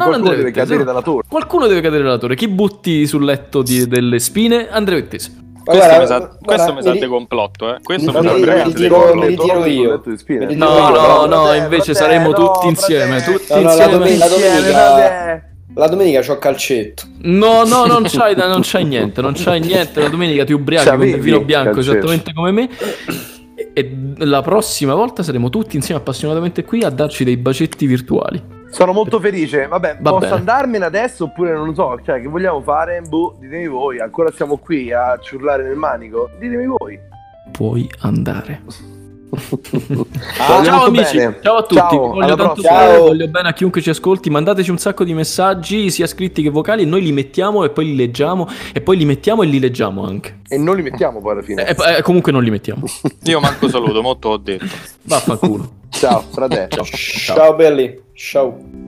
[SPEAKER 2] qualcuno
[SPEAKER 1] Andrea
[SPEAKER 2] deve
[SPEAKER 1] Vettese,
[SPEAKER 2] cadere
[SPEAKER 1] no.
[SPEAKER 2] dalla torre.
[SPEAKER 1] Qualcuno deve cadere dalla torre. Chi butti sul letto di- delle spine? Andrea Vettese.
[SPEAKER 3] Ma
[SPEAKER 4] questo
[SPEAKER 3] guarda,
[SPEAKER 4] mi sa,
[SPEAKER 3] guarda,
[SPEAKER 4] questo mi sa
[SPEAKER 3] mi-
[SPEAKER 4] di complotto, eh. Questo
[SPEAKER 3] mi-
[SPEAKER 4] mi sa
[SPEAKER 3] mi-
[SPEAKER 4] veramente
[SPEAKER 3] mi-
[SPEAKER 4] di
[SPEAKER 3] mi-
[SPEAKER 4] complotto.
[SPEAKER 3] mi- mi- ritiro
[SPEAKER 2] Torno
[SPEAKER 3] io.
[SPEAKER 2] sul letto di spine.
[SPEAKER 3] Mi ritiro
[SPEAKER 1] No,
[SPEAKER 3] io.
[SPEAKER 1] no, no,
[SPEAKER 2] fratello,
[SPEAKER 1] invece
[SPEAKER 2] fratello,
[SPEAKER 1] saremo tutti
[SPEAKER 2] fratello,
[SPEAKER 1] insieme, tutti
[SPEAKER 3] No, no, la
[SPEAKER 1] insieme.
[SPEAKER 3] domenica, la
[SPEAKER 2] insieme,
[SPEAKER 3] domenica,
[SPEAKER 2] fratello.
[SPEAKER 3] la domenica c'ho calcetto.
[SPEAKER 1] No, no, non c'hai, da- non c'hai niente, non c'hai niente. La domenica ti ubriachi con
[SPEAKER 2] C'avevi
[SPEAKER 1] del vino bianco
[SPEAKER 2] calcetto.
[SPEAKER 1] esattamente come me. E- E la prossima volta saremo tutti insieme appassionatamente qui a darci dei bacetti virtuali.
[SPEAKER 2] Sono molto felice. Vabbè,
[SPEAKER 1] Va
[SPEAKER 2] posso
[SPEAKER 1] bene.
[SPEAKER 2] andarmene adesso oppure non lo so. Cioè, che vogliamo fare? Boh, ditemi voi. Ancora siamo qui a ciurlare nel manico? Ditemi voi.
[SPEAKER 1] Puoi andare.
[SPEAKER 2] Voglio
[SPEAKER 1] Ah, ciao
[SPEAKER 2] Ah, molto
[SPEAKER 1] amici,
[SPEAKER 2] bene.
[SPEAKER 1] ciao a tutti.
[SPEAKER 2] Ciao,
[SPEAKER 1] voglio,
[SPEAKER 2] alla
[SPEAKER 1] tanto
[SPEAKER 2] prossima.
[SPEAKER 1] bene,
[SPEAKER 3] Ciao.
[SPEAKER 1] voglio bene a chiunque ci ascolti. Mandateci un sacco di messaggi, sia scritti che vocali. e Noi li mettiamo e poi li leggiamo. E poi li mettiamo e li leggiamo anche.
[SPEAKER 2] E non li mettiamo poi alla fine.
[SPEAKER 1] E, e- comunque non li mettiamo.
[SPEAKER 4] Io manco saluto, molto ho detto.
[SPEAKER 1] Vaffanculo.
[SPEAKER 2] Ciao,
[SPEAKER 1] Ciao.
[SPEAKER 2] fratello.
[SPEAKER 3] Ciao belli, ciao.